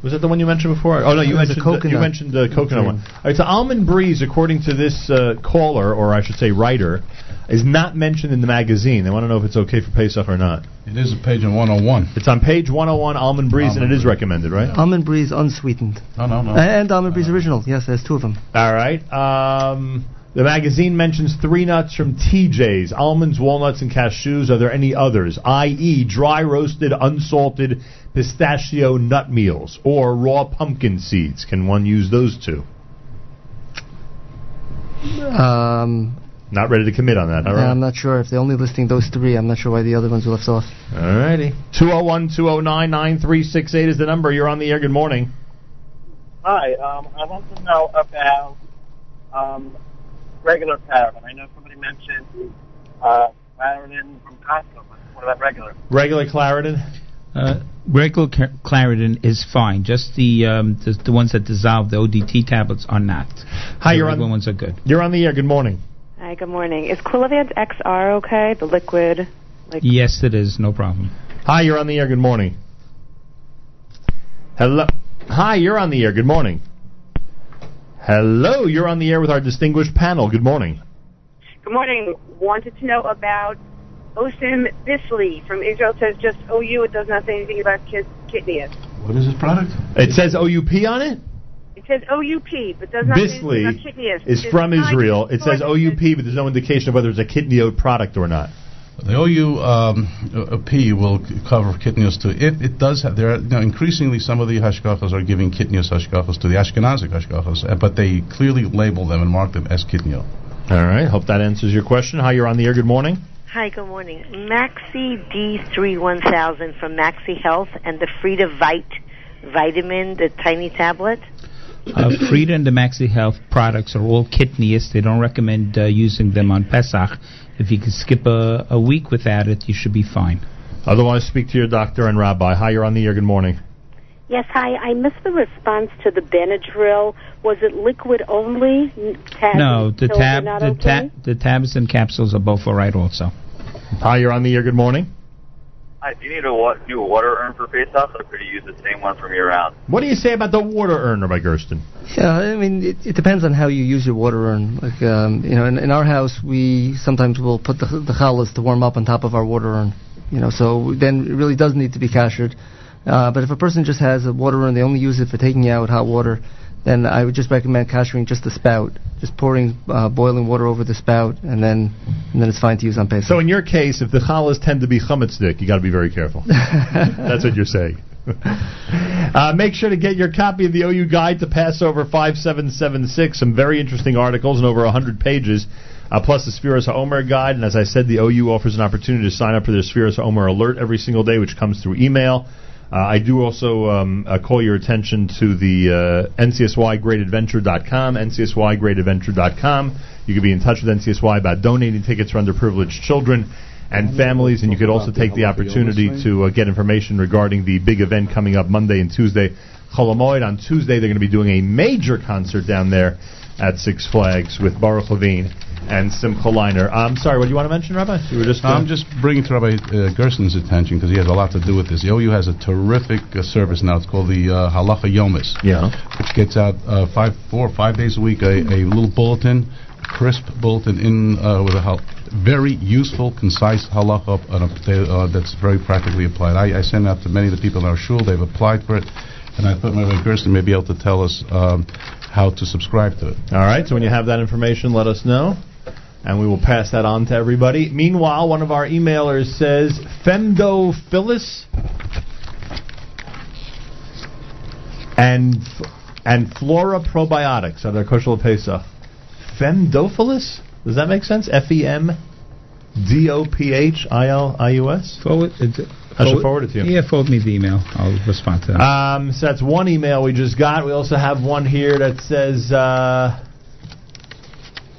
Speaker 1: Was that the one you mentioned before? Oh no, you
Speaker 8: It was a
Speaker 1: mentioned the, you
Speaker 8: coconut.
Speaker 1: mentioned the coconut one. All right, so almond breeze, according to this uh, caller, or I should say writer, is not mentioned in the magazine. They want to know if it's okay for Pesach or not.
Speaker 2: It is a page oh on 101.
Speaker 1: It's on page 101, almond breeze, and it is recommended, right?
Speaker 8: Almond breeze unsweetened. Uh,
Speaker 2: No, no, no.
Speaker 8: And almond breeze original. Yes, there's two of them.
Speaker 1: All right. Um, the magazine mentions three nuts from TJ's: almonds, walnuts, and cashews. Are there any others? I.e., dry roasted, unsalted pistachio nut meals or raw pumpkin seeds. Can one use those two?
Speaker 8: Um,
Speaker 1: Not ready to commit on that. All
Speaker 8: Yeah,
Speaker 1: right.
Speaker 8: I'm not sure if they're only listing those three. I'm not sure why the other ones were left off.
Speaker 1: All righty. 201-209-9368 is the number. You're on the air. Good morning.
Speaker 17: Hi, um, I want to know about um, regular pattern. I know somebody mentioned uh, Claritin from Costco, but what about regular?
Speaker 1: Regular Claritin.
Speaker 4: Uh, regular Ca- Claritin is fine. Just the, um, the the ones that dissolve, the ODT tablets, are not.
Speaker 1: Hi,
Speaker 4: the
Speaker 1: you're on-
Speaker 4: regular ones are good.
Speaker 1: You're on the air. Good morning.
Speaker 18: Hi, good morning. Is Quillivan's XR okay? The liquid? Like
Speaker 4: Yes, it is. No problem.
Speaker 1: Hi, you're on the air. Good morning. Hello. Hi, you're on the air. Good morning. Hello, you're on the air with our distinguished panel. Good morning.
Speaker 25: Good morning. Wanted to know about Osim Bisley from Israel. It says just OU. It does not say anything about kid- kidneys.
Speaker 2: What is this product?
Speaker 1: It says OUP on it.
Speaker 25: It says OUP, but does not say
Speaker 1: Bisley
Speaker 25: anything about kidneys.
Speaker 1: is
Speaker 25: It's
Speaker 1: from
Speaker 25: not-
Speaker 1: Israel. It says OUP, but there's no indication of whether it's a kidney oat product or not.
Speaker 2: The OU um, uh, P will c- cover kidneys too. If it does have, there are, you know, increasingly some of the hashgachas are giving kidneys hashgachas to the Ashkenazic hashgachas, uh, but they clearly label them and mark them as kidney.
Speaker 1: All right. Hope that answers your question. Hi, you're on the air. Good morning.
Speaker 26: Hi, good morning. Maxi D3 1000 from Maxi Health and the Frida Vite vitamin, the tiny tablet.
Speaker 4: Uh, Frida and the Maxi Health products are all kidneyous. They don't recommend uh, using them on Pesach. If you can skip a, a week without it, you should be fine.
Speaker 1: Otherwise, speak to your doctor and rabbi. Hi, you're on the air. Good morning.
Speaker 26: Yes, hi. I missed the response to the Benadryl. Was it liquid only? Tab-
Speaker 4: no, the
Speaker 26: pills are
Speaker 4: tab,
Speaker 26: not
Speaker 4: the
Speaker 26: okay?
Speaker 4: tab, the tabs and capsules are both all right. Also,
Speaker 1: hi, you're on the air. Good morning.
Speaker 27: Hi, do you need a wa- new water urn for face off, or could you use the same one from year round?
Speaker 1: What do you say about the water urn, Rabbi Gersten?
Speaker 8: Yeah, I mean, it, it depends on how you use your water urn. Like, um, you know, in, in our house, we sometimes will put the, the challahs to warm up on top of our water urn. You know, so then it really does need to be kashered. Uh, but if a person just has a water urn, they only use it for taking out hot water, then I would just recommend kashering just the spout just pouring uh, boiling water over the spout, and then and then it's fine to use on Pesach.
Speaker 1: So in your case, if the challahs tend to be chametz, Dick, you got to be very careful. That's what you're saying. uh, make sure to get your copy of the OU Guide to Passover 5776. Some very interesting articles and over 100 pages, uh, plus the Spheros Omer Guide. And as I said, the OU offers an opportunity to sign up for their Spheros Omer alert every single day, which comes through email. Uh, I do also um, uh, call your attention to the uh, NCSYGreatAdventure.com, NCSYGreatAdventure.com. You can be in touch with NCSY about donating tickets for underprivileged children and families, and you could also take the opportunity to uh, get information regarding the big event coming up Monday and Tuesday. Cholamoid on Tuesday, they're going to be doing a major concert down there at Six Flags with Baruch Levine and Simcha Liner. I'm sorry, what do you want to mention, Rabbi? You were just uh,
Speaker 2: I'm just bringing to Rabbi uh, Gerson's attention because he has a lot to do with this. The OU has a terrific uh, service now. It's called the uh, Halacha Yomis.
Speaker 1: Yeah.
Speaker 2: Which gets out uh, five, four or five days a week, a, a little bulletin, crisp bulletin in uh, with a hal- very useful, concise halacha on a potato, uh, that's very practically applied. I, I send out to many of the people in our shul. They've applied for it. And I thought Rabbi Gerson may be able to tell us um, how to subscribe to it.
Speaker 1: All right, so when you have that information, let us know. And we will pass that on to everybody. Meanwhile, one of our emailers says, Femdo Phyllis and and Flora Probiotics are their kosher Pesach. Femdophilus? Does that make sense? F E M D O P H I L I U S?
Speaker 4: Forward, uh, d-
Speaker 1: I should forward it to you.
Speaker 4: Yeah, forward me the email. I'll respond to that.
Speaker 1: Um, so that's one email we just got. We also have one here that says, uh,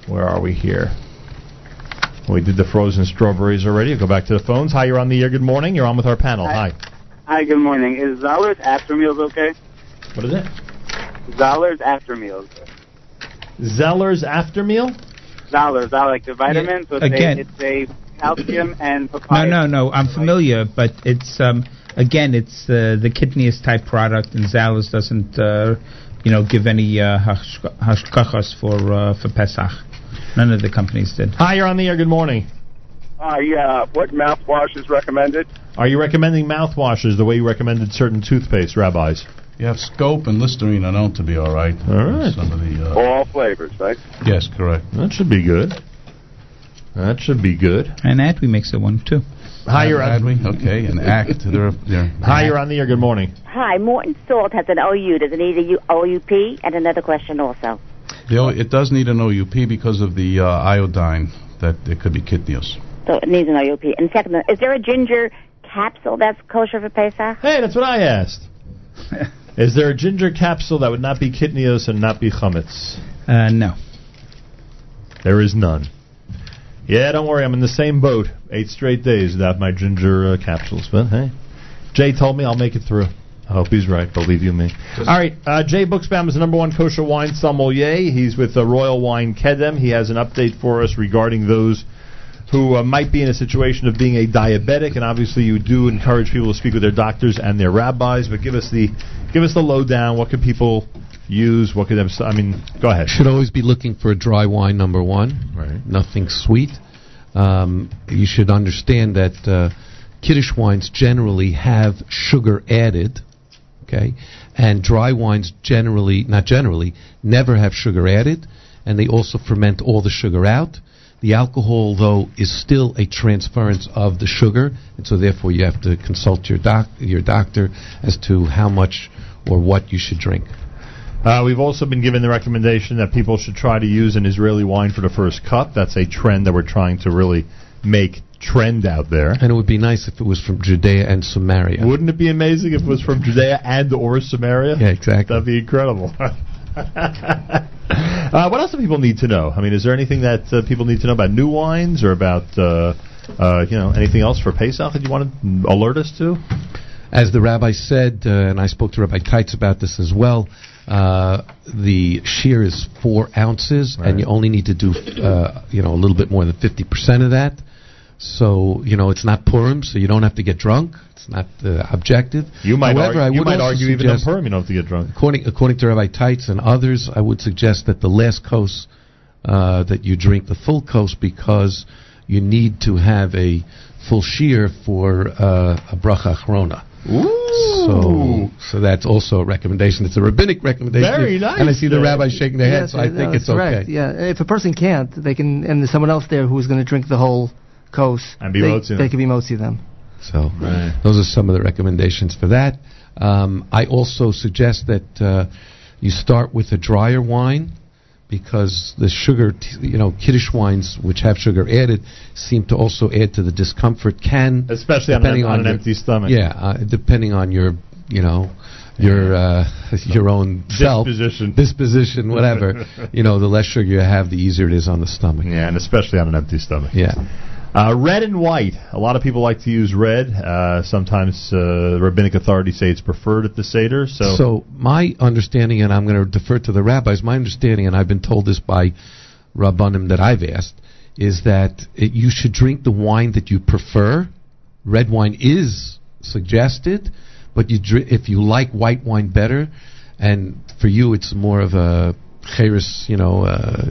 Speaker 1: where are we here? We did the frozen strawberries already. Go back to the phones. Hi, you're on the air. Good morning. You're on with our panel. Hi.
Speaker 3: Hi, good morning. Is Zoller's after meals okay?
Speaker 1: What is it?
Speaker 3: Zoller's after meals.
Speaker 1: Zeller's after meal?
Speaker 3: Zoller's, I like the vitamins. so
Speaker 4: again.
Speaker 3: It's, a, it's a calcium and
Speaker 4: No,
Speaker 3: papaya.
Speaker 4: no, no. I'm familiar, but it's um, again, it's uh, the kidneyest type product, and Zales doesn't, uh, you know, give any uh, hashk- hashkachas for uh, for Pesach. None of the companies did.
Speaker 1: Hi, you're on the air. Good morning.
Speaker 7: uh,
Speaker 9: Hi, yeah. What mouthwash is recommended?
Speaker 1: Are you recommending mouthwashes the way you recommended certain toothpaste, rabbis?
Speaker 2: You have scope and Listerine are known to be all right.
Speaker 1: All right.
Speaker 2: Some of the, uh,
Speaker 9: All flavors, right?
Speaker 2: yes, correct.
Speaker 1: That should be good. That should be good.
Speaker 4: And Adwe makes it one too.
Speaker 1: Hi, you're on.
Speaker 2: Adwe, okay, and ACT. They're, they're
Speaker 1: Hi, you're on the air. Good morning.
Speaker 22: Hi, Morton Salt has an OU. Does it need a U- OUP? And another question also.
Speaker 2: The o- it does need an OUP because of the uh, iodine that it could be kidneys.
Speaker 22: So it needs an OUP. And second, is there a ginger capsule that's kosher for Pesach?
Speaker 1: Hey, that's what I asked. Is there a ginger capsule that would not be kidneyos and not be chametz?
Speaker 4: Uh, no.
Speaker 1: There is none. Yeah, don't worry. I'm in the same boat. Eight straight days without my ginger uh, capsules. But hey, Jay told me I'll make it through. I hope he's right. Believe you me. All right. Uh, Jay Booksbaum is the number one kosher wine sommelier. He's with uh, Royal Wine Kedem. He has an update for us regarding those who uh, might be in a situation of being a diabetic. And obviously, you do encourage people to speak with their doctors and their rabbis. But give us the give us the lowdown. What could people use? What could them? I mean, go ahead.
Speaker 5: Should always be looking for a dry wine, number one.
Speaker 1: Right.
Speaker 5: Nothing sweet. Um, you should understand that uh, Kiddush wines generally have sugar added, okay? And dry wines generally, not generally, never have sugar added, and they also ferment all the sugar out. The alcohol, though, is still a transference of the sugar, and so therefore you have to consult your doc, your doctor as to how much or what you should drink.
Speaker 1: Uh, we've also been given the recommendation that people should try to use an Israeli wine for the first cup. That's a trend that we're trying to really make trend out there.
Speaker 5: And it would be nice if it was from Judea and Samaria.
Speaker 1: Wouldn't it be amazing if it was from Judea and or Samaria?
Speaker 5: Yeah, exactly.
Speaker 1: That'd be incredible. uh, what else do people need to know? I mean, is there anything that uh, people need to know about new wines or about uh, uh, you know anything else for Pesach that you want to alert us to?
Speaker 5: As the rabbi said, uh, and I spoke to Rabbi Teitz about this as well, uh, the shear is four ounces, and you only need to do, uh, you know, a little bit more than 50% of that. So, you know, it's not Purim, so you don't have to get drunk. It's not uh, objective.
Speaker 1: You might
Speaker 5: However,
Speaker 1: argue,
Speaker 5: I
Speaker 1: you
Speaker 5: would
Speaker 1: might
Speaker 5: also
Speaker 1: argue even on
Speaker 5: suggest-
Speaker 1: Purim you don't have to get drunk.
Speaker 5: According, according to Rabbi Teitz and others, I would suggest that the last kos uh, that you drink the full kos because you need to have a full shear for uh, a bracha achrona. So, so that's also a recommendation. It's a rabbinic recommendation.
Speaker 8: Very nice.
Speaker 5: And I see the rabbi shaking their head,
Speaker 8: Yes,
Speaker 5: so I
Speaker 8: no,
Speaker 5: think
Speaker 8: that's
Speaker 5: it's okay.
Speaker 8: correct. Yeah, if a person can't, they can, and there's someone else there who's going to drink the whole kos.
Speaker 5: And be
Speaker 8: they,
Speaker 5: motzi them.
Speaker 8: They can be motzi them.
Speaker 5: So those are some of the recommendations for that. Um, I also suggest that uh, you start with a drier wine because the sugar, t- you know, kiddish wines which have sugar added seem to also add to the discomfort. Can
Speaker 1: Especially on an-
Speaker 5: depending
Speaker 1: on an
Speaker 5: your-
Speaker 1: empty stomach.
Speaker 5: Yeah, uh, depending on your, you know. Your uh, your own self
Speaker 1: Disposition.
Speaker 5: disposition, whatever. you know, the less sugar you have, the easier it is on the stomach.
Speaker 1: Yeah, and especially on an empty stomach.
Speaker 5: Yeah.
Speaker 1: Uh, red and white. A lot of people like to use red. Uh, sometimes uh, rabbinic authorities say it's preferred at the Seder. So,
Speaker 5: my understanding, and I'm going to defer to the rabbis. My understanding, and I've been told this by rabbanim that I've asked, is that it, you should drink the wine that you prefer. Red wine is suggested, but you dri- if you like white wine better, and for you it's more of a cheres, you know, uh,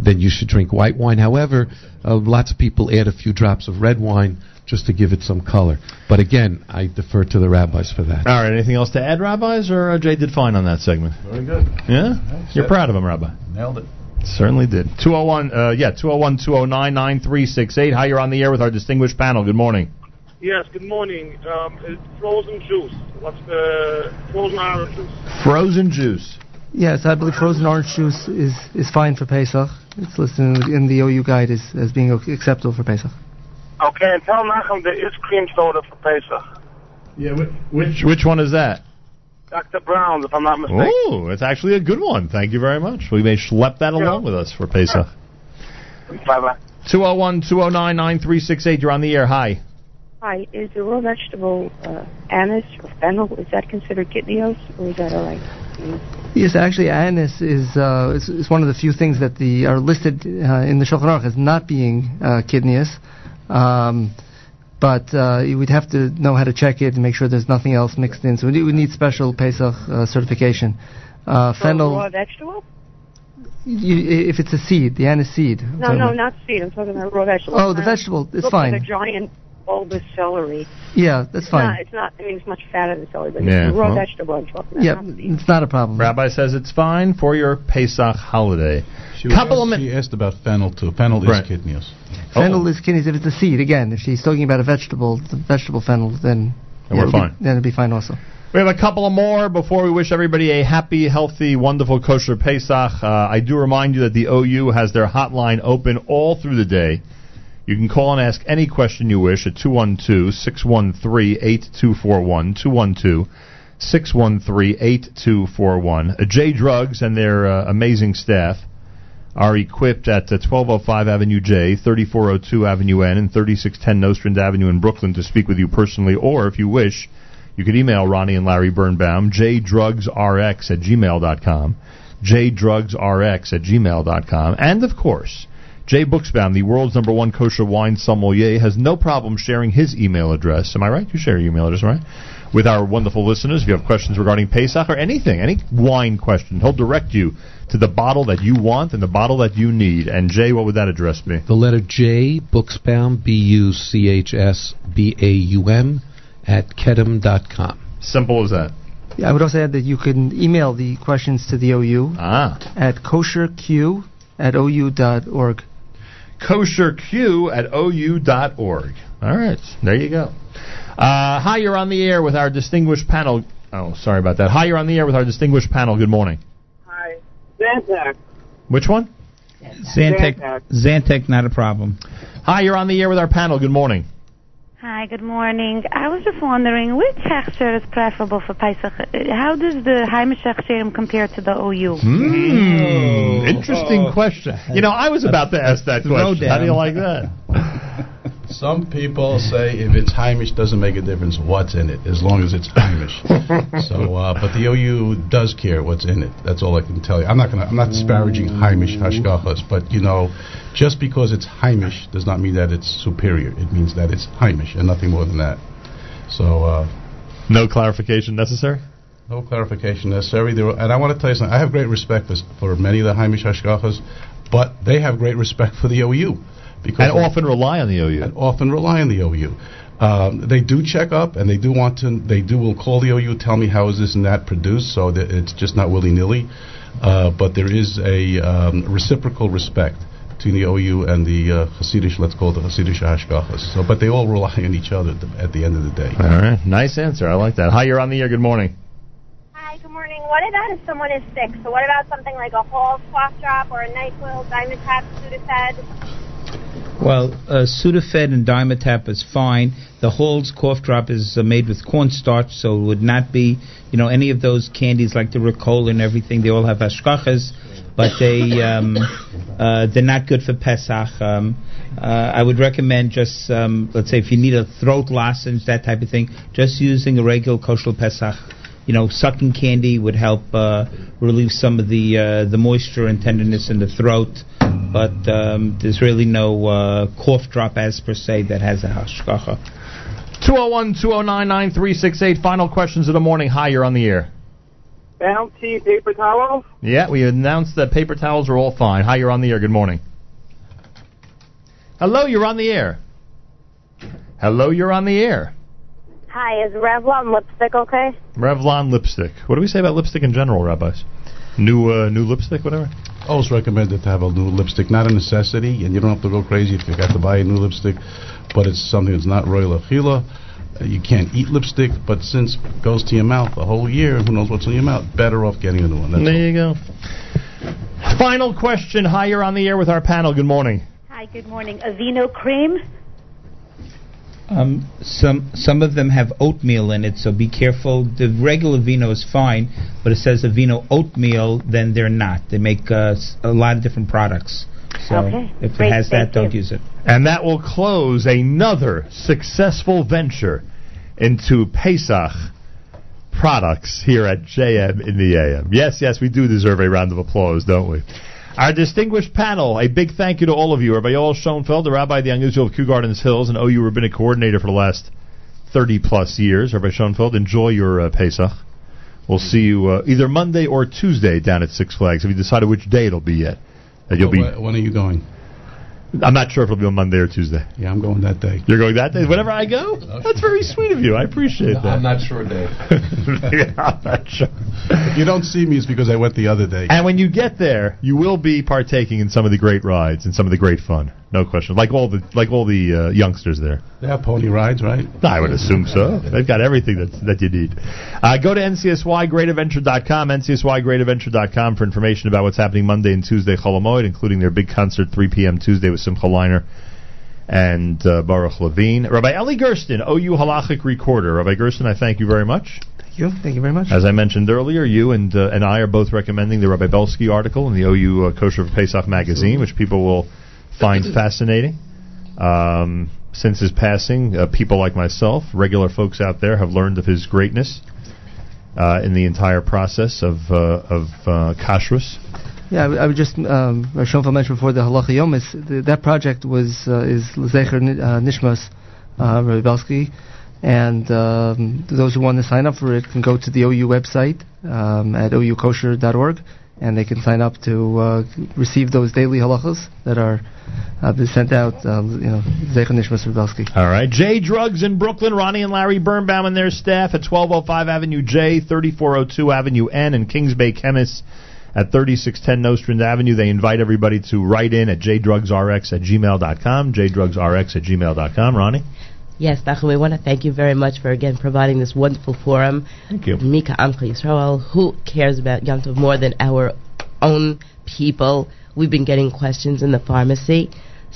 Speaker 5: then you should drink white wine. However, uh, lots of people add a few drops of red wine just to give it some color. But again, I defer to the rabbis for that.
Speaker 1: all right. Anything else to add, rabbis, or uh, Jay did fine on that segment?
Speaker 2: Very good.
Speaker 1: Yeah, you're
Speaker 2: it.
Speaker 1: proud of him, Rabbi.
Speaker 2: Nailed it.
Speaker 1: Certainly did. 201, uh, yeah, 201 209 9368. Hi, you're on the air with our distinguished panel. Good morning.
Speaker 10: Yes, good morning. Um, it's frozen juice. What's the frozen orange juice?
Speaker 1: Frozen juice.
Speaker 8: Yes, I believe frozen orange juice is, is fine for Pesach. It's listed in, in the OU guide as, as being o- acceptable for Pesach.
Speaker 10: Okay, and tell Nachum there is cream soda for Pesach.
Speaker 1: Yeah, which which one is that?
Speaker 10: Dr. Brown's, if I'm not mistaken.
Speaker 1: Oh, it's actually a good one. Thank you very much. We may schlep that along with us for Pesach.
Speaker 10: Bye-bye.
Speaker 1: 201 209 9368. You're on the air. Hi.
Speaker 7: Hi, is the raw vegetable uh, anise or fennel, is that considered kidneyos or is that all right?
Speaker 8: Yes, actually, anise is, uh, is, is one of the few things that the are listed uh, in the Shulchan Aruch as not being uh, kidneys. Um, but uh, you would have to know how to check it and make sure there's nothing else mixed in. So we need, we need special Pesach uh, certification. Uh,
Speaker 7: For
Speaker 8: fennel,
Speaker 7: raw vegetable?
Speaker 8: you, if it's a seed, the anise seed.
Speaker 7: No, no, not seed. I'm talking about raw vegetable.
Speaker 8: Oh, the vegetable, it's
Speaker 7: Look
Speaker 8: fine.
Speaker 7: Like a giant bulbous celery.
Speaker 8: Yeah, that's
Speaker 7: it's
Speaker 8: fine.
Speaker 7: Not, it's not. I mean, it's much fatter than celery, but
Speaker 1: Yeah,
Speaker 7: it's the raw
Speaker 1: well-
Speaker 7: vegetable I'm talking about.
Speaker 8: Yeah, it's not a problem.
Speaker 1: Rabbi says it's fine for your Pesach holiday.
Speaker 2: She, Couple asked, she asked about fennel too. Fennel
Speaker 1: Right. Oh.
Speaker 2: is kidneys.
Speaker 8: Fennel is kidneys if it's a seed. Again, if she's talking about a vegetable, the vegetable fennel, then
Speaker 1: Then we're
Speaker 8: it'll be-
Speaker 1: fine.
Speaker 8: then it'd be fine also.
Speaker 1: We have a couple of more before we wish everybody a happy, healthy, wonderful kosher Pesach. Uh, I do remind you that the OU has their hotline open all through the day. You can call and ask any question you wish at 212 613 8241. 212 613 8241. J Uh, Drugs and their uh, amazing staff are equipped at uh, 1205 Avenue J, 3402 Avenue N, and 3610 Nostrand Avenue in Brooklyn to speak with you personally, or if you wish, you could email Ronnie and Larry Birnbaum, jdrugsrx at gmail.com, jdrugsrx at gmail.com, and of course, Jay Booksbaum, the world's number one kosher wine sommelier, has no problem sharing his email address. Am I right? You share your email address, right? With our wonderful listeners. If you have questions regarding Pesach or anything, any wine question, he'll direct you to the bottle that you want and the bottle that you need. And Jay, what would that address be?
Speaker 5: The letter J, Booksbaum, B U C H S B A U M, at kedem.com.
Speaker 1: Simple as that.
Speaker 8: Yeah, I would also add that you can email the questions to the OU at kosherq at ou.org.
Speaker 1: kosherq at ou.org. All right, there you go. Uh, hi, you're on the air with our distinguished panel. Oh, sorry about that. Hi, you're on the air with our distinguished panel. Good morning.
Speaker 10: Hi. Zantac.
Speaker 1: Which one?
Speaker 4: Zantac, Zantac, not a problem.
Speaker 1: Hi, you're on the air with our panel. Good morning.
Speaker 12: Hi, good morning. I was just wondering which hechsher is preferable for Pesach? Uh, How does the Heimish hechsherim compare to the OU?
Speaker 1: Hmm. Interesting question. You know, I was about to ask that
Speaker 2: Throw
Speaker 1: question. How do you
Speaker 2: down.
Speaker 1: like that?
Speaker 2: Some people say if it's Heimish, doesn't make a difference what's in it, as long as it's Heimish. so, uh, but the OU does care what's in it. That's all I can tell you. I'm not gonna. I'm not disparaging Heimish hashgachas, but you know, just because it's Heimish does not mean that it's superior. It means that it's Heimish and nothing more than that. So, uh,
Speaker 1: No clarification necessary.
Speaker 2: no clarification necessary. There were, and I want to tell you something. I have great respect for, for many of the Heimish Hashgachas, but they have great respect for the OU Because
Speaker 1: And often rely on the OU.
Speaker 2: And often rely on the OU. Um, they do check up, and they do want to. They do will call the OU, tell me how is this and that produced, so that it's just not willy nilly. Uh, but there is a um, reciprocal respect between the OU and the uh, Hasidish, let's call it the Hasidish Ashkafas. So, but they all rely on each other at the, at the end of the day.
Speaker 1: All right, nice answer. I like that. Hi, you're on the air. Good morning.
Speaker 11: Hi, good morning. What about if someone is sick? So what about something like a whole squash drop or a NyQuil, Dimetapp, Sudafed?
Speaker 4: Well, uh, Sudafed and Dimetapp is fine. The Hall's cough drop is uh, made with cornstarch, so it would not be, you know, any of those candies like the Ricola and everything. They all have ashkachas, but they um, uh, they're not good for Pesach. Um, uh, I would recommend just, um, let's say, if you need a throat lozenge, that type of thing, just using a regular kosher Pesach you know, sucking candy would help uh, relieve some of the uh, the moisture and tenderness in the throat. But um, there's really no uh, cough drop as per se that has a hashkacha.
Speaker 1: 201-209-9368. Final questions of the morning. Hi, you're on the air.
Speaker 13: Bounty paper towels.
Speaker 1: Yeah, we announced that paper towels are all fine. Hi, you're on the air. Good morning. Hello, you're on the air. Hello, you're on the air.
Speaker 11: Hi, is Revlon lipstick okay?
Speaker 1: Revlon lipstick. What do we say about lipstick in general, rabbis? New uh, new lipstick, whatever.
Speaker 2: Always recommended to have a new lipstick, not a necessity, and you don't have to go crazy if you got to buy a new lipstick, but it's something that's not royal achila. Uh, You can't eat lipstick, but since it goes to your mouth the whole year, who knows what's in your mouth? Better off getting a new one. That's
Speaker 1: There you go. Final question. Hi, you're on the air with our panel. Good morning.
Speaker 19: Hi, good morning. Aveeno cream.
Speaker 4: Um, some some of them have oatmeal in it, so be careful. The regular vino is fine, but it says Aveeno oatmeal, then they're not. They make uh, s- a lot of different products. So
Speaker 1: Okay.
Speaker 4: if
Speaker 1: Great,
Speaker 4: it has that,
Speaker 1: thank
Speaker 4: don't
Speaker 1: you.
Speaker 4: use it.
Speaker 1: And that will close another successful venture into Pesach products here at JM in the AM. Yes, yes, we do deserve a round of applause, don't we? Our distinguished panel, a big thank you to all of you. Rabbi Yoel Schoenfeld, the rabbi of the Unusual of Kew Gardens Hills and OU rabbinic coordinator for the last 30 plus years. Rabbi Schoenfeld, enjoy your uh, Pesach. We'll see you uh, either Monday or Tuesday down at Six Flags. Have you decided which day it'll be yet? That you'll be.
Speaker 2: Wh- When are you going?
Speaker 1: I'm not sure if it'll be on Monday or Tuesday.
Speaker 2: Yeah, I'm going that day.
Speaker 1: You're going that day? Whenever I go? That's very sweet of you. I appreciate that.
Speaker 2: I'm not sure, Dave.
Speaker 1: I'm not sure.
Speaker 2: If you don't see me, it's because I went the other day.
Speaker 1: And when you get there, you will be partaking in some of the great rides and some of the great fun. No question. Like all the like all the uh, youngsters there.
Speaker 2: They have pony rides, right?
Speaker 1: I would assume so. They've got everything that that you need. Uh, go to ncsygreatadventure.com, ncsygreatadventure.com for information about what's happening Monday and Tuesday Cholamoid, including their big concert 3 p.m. Tuesday with Simcha Liner and uh, Baruch Levine. Rabbi Eli Gersten, OU Halachic Recorder. Rabbi Gersten, I thank you very much.
Speaker 8: Thank you. Thank you very much.
Speaker 1: As I mentioned earlier, you and uh, and I are both recommending the Rabbi Belsky article in the OU uh, Kosher for Pesach magazine, which people will find fascinating. Um, since his passing, uh, people like myself, regular folks out there, have learned of his greatness uh, in the entire process of uh, of uh, kashrus.
Speaker 8: Yeah, I, would- I would just um, as Schoenfeld mentioned before the halacha yomis. th that project was uh, is zecher Ni- uh, nishmas uh, Rabbi Belsky, and um, those who want to sign up for it can go to the OU website um, at oukosher.org, and they can sign up to uh, receive those daily halachas that are uh, been sent out. Uh, you know, zecher nishmas Rabbi Belsky.
Speaker 1: All right. J Drugs in Brooklyn, Ronnie and Larry Birnbaum and their staff at 1205 Avenue J, 3402 Avenue N, and Kings Bay Chemists at 3610 Nostrand Avenue. They invite everybody to write in at jdrugsrx at gmail.com, jdrugsrx at gmail.com. Ronnie?
Speaker 20: Yes, Nachum, we want to thank you very much for again providing this wonderful forum.
Speaker 1: Thank you.
Speaker 20: Mika Amcha Yisrael, who cares about Yom Tov more than our own people? We've been getting questions in the pharmacy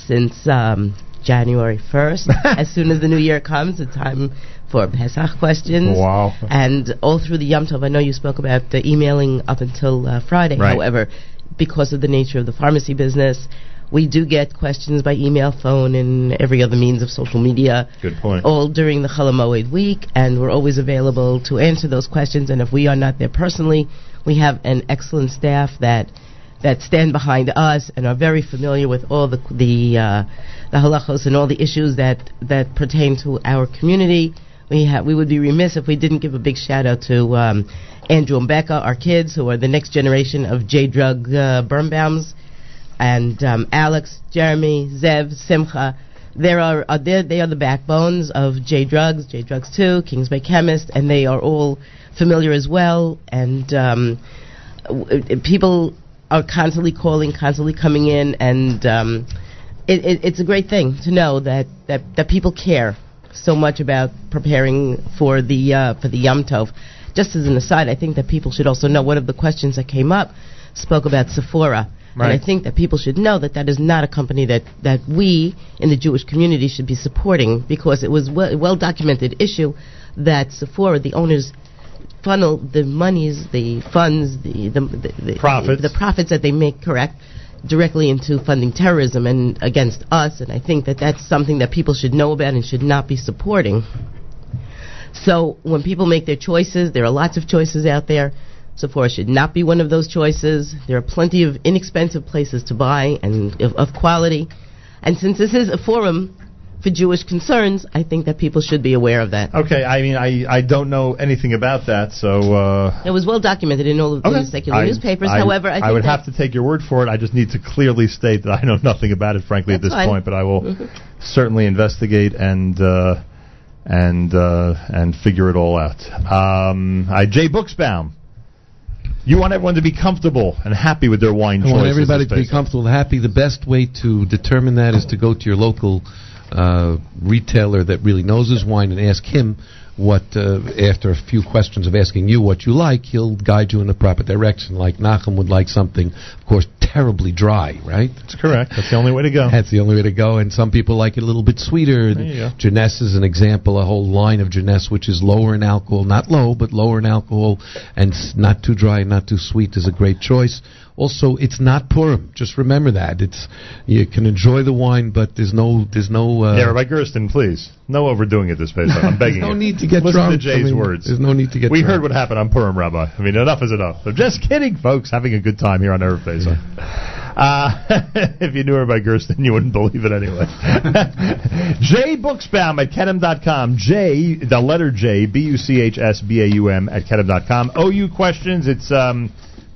Speaker 20: since um, January 1st. as soon as the new year comes, it's time for Pesach questions.
Speaker 1: Wow.
Speaker 20: And all through the Yom Tov, I know you spoke about the emailing up until uh, Friday.
Speaker 21: Right.
Speaker 20: However, because of the nature of the pharmacy business, we do get questions by email, phone, and every other means of social media.
Speaker 1: Good point.
Speaker 20: All during the Cholamoid week, and we're always available to answer those questions. And if we are not there personally, we have an excellent staff that that stand behind us and are very familiar with all the the uh, the halachos and all the issues that that pertain to our community. We ha- we would be remiss if we didn't give a big shout out to um, Andrew and Becca, our kids who are the next generation of J drug uh, Birnbaums and um, Alex, Jeremy, Zev, Simcha. There are uh, they're- they are the backbones of J Drugs, J Drugs Two, Kings Bay Chemist, and they are all familiar as well. And um, w- uh, people are constantly calling, constantly coming in, and um, it, it, it's a great thing to know that, that, that people care so much about preparing for the uh, for the Yom Tov. Just as an aside, I think that people should also know one of the questions that came up spoke about Sephora. And
Speaker 14: Right.
Speaker 20: I think that people should know that that is not a company that, that we in the Jewish community should be supporting because it was well, well documented issue that Sephora, the owners, funnel the monies, the funds, the the, the, the
Speaker 1: Profits.
Speaker 20: the profits that they make, correct, directly into funding terrorism and against us. And I think that that's something that people should know about and should not be supporting. So when people make their choices, there are lots of choices out there. Sephora should not be one of those choices. There are plenty of inexpensive places to buy and of, of quality. And since this is a forum for Jewish concerns, I think that people should be aware of that.
Speaker 1: Okay, I mean, I, I don't know anything about that, so. Uh,
Speaker 20: It was well documented in all of
Speaker 1: okay.
Speaker 20: the secular
Speaker 1: I-
Speaker 20: newspapers. However, I, think
Speaker 1: would
Speaker 20: that
Speaker 1: have to take your word for it. I just need to clearly state that I know nothing about it, frankly, at
Speaker 20: That's
Speaker 1: this
Speaker 20: fine.
Speaker 1: point. But I will
Speaker 20: Mhm.
Speaker 1: certainly investigate and uh, and uh, and figure it all out. Um, I, Jay Booksbaum, you want everyone to be comfortable and happy with their wine
Speaker 5: I
Speaker 1: choices.
Speaker 5: want everybody
Speaker 1: is
Speaker 5: to be
Speaker 1: basically-
Speaker 5: comfortable and happy. The best way to determine that is to go to your local uh, retailer that really knows his wine and ask him what, uh, after a few questions of asking you what you like, he'll guide you in the proper direction. Like Nachum would like something, of course, terribly dry, right? That's
Speaker 1: correct. That's the only way to go.
Speaker 5: That's the only way to go. And some people like it a little bit sweeter.
Speaker 1: There you go.
Speaker 5: Jeunesse is an example, a whole line of Jeunesse, which is lower in alcohol, not low, but lower in alcohol, and s- not too dry and not too sweet is a great choice. Also, it's not Purim. Just remember that. It's you can enjoy the wine, but there's no there's no uh,
Speaker 1: yeah, Rabbi Gersten, please. No overdoing it this phase. I'm begging
Speaker 5: no
Speaker 1: you.
Speaker 5: need to get
Speaker 1: Listen
Speaker 5: drunk.
Speaker 1: to
Speaker 5: I
Speaker 1: Jay's
Speaker 5: mean,
Speaker 1: words.
Speaker 5: there's no need to get
Speaker 1: We
Speaker 5: drunk.
Speaker 1: heard what happened on Purim, Rabbi. I mean, enough is enough. I'm just kidding, folks. Having a good time here on Erev Pesach. Uh, if you knew Rabbi Gersten, you wouldn't believe it anyway. J Booksbaum at Kenem.com. J, the letter J, B U C H S B A U M at Kenem.com. OU questions, it's um,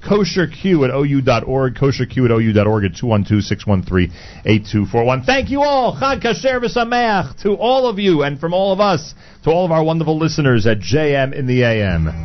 Speaker 1: kosherq at OU.org, kosherq at OU.org at 212 613 8241. Thank you all. Chag Kasher v'Sameach to all of you and from all of us to all of our wonderful listeners at JM in the AM.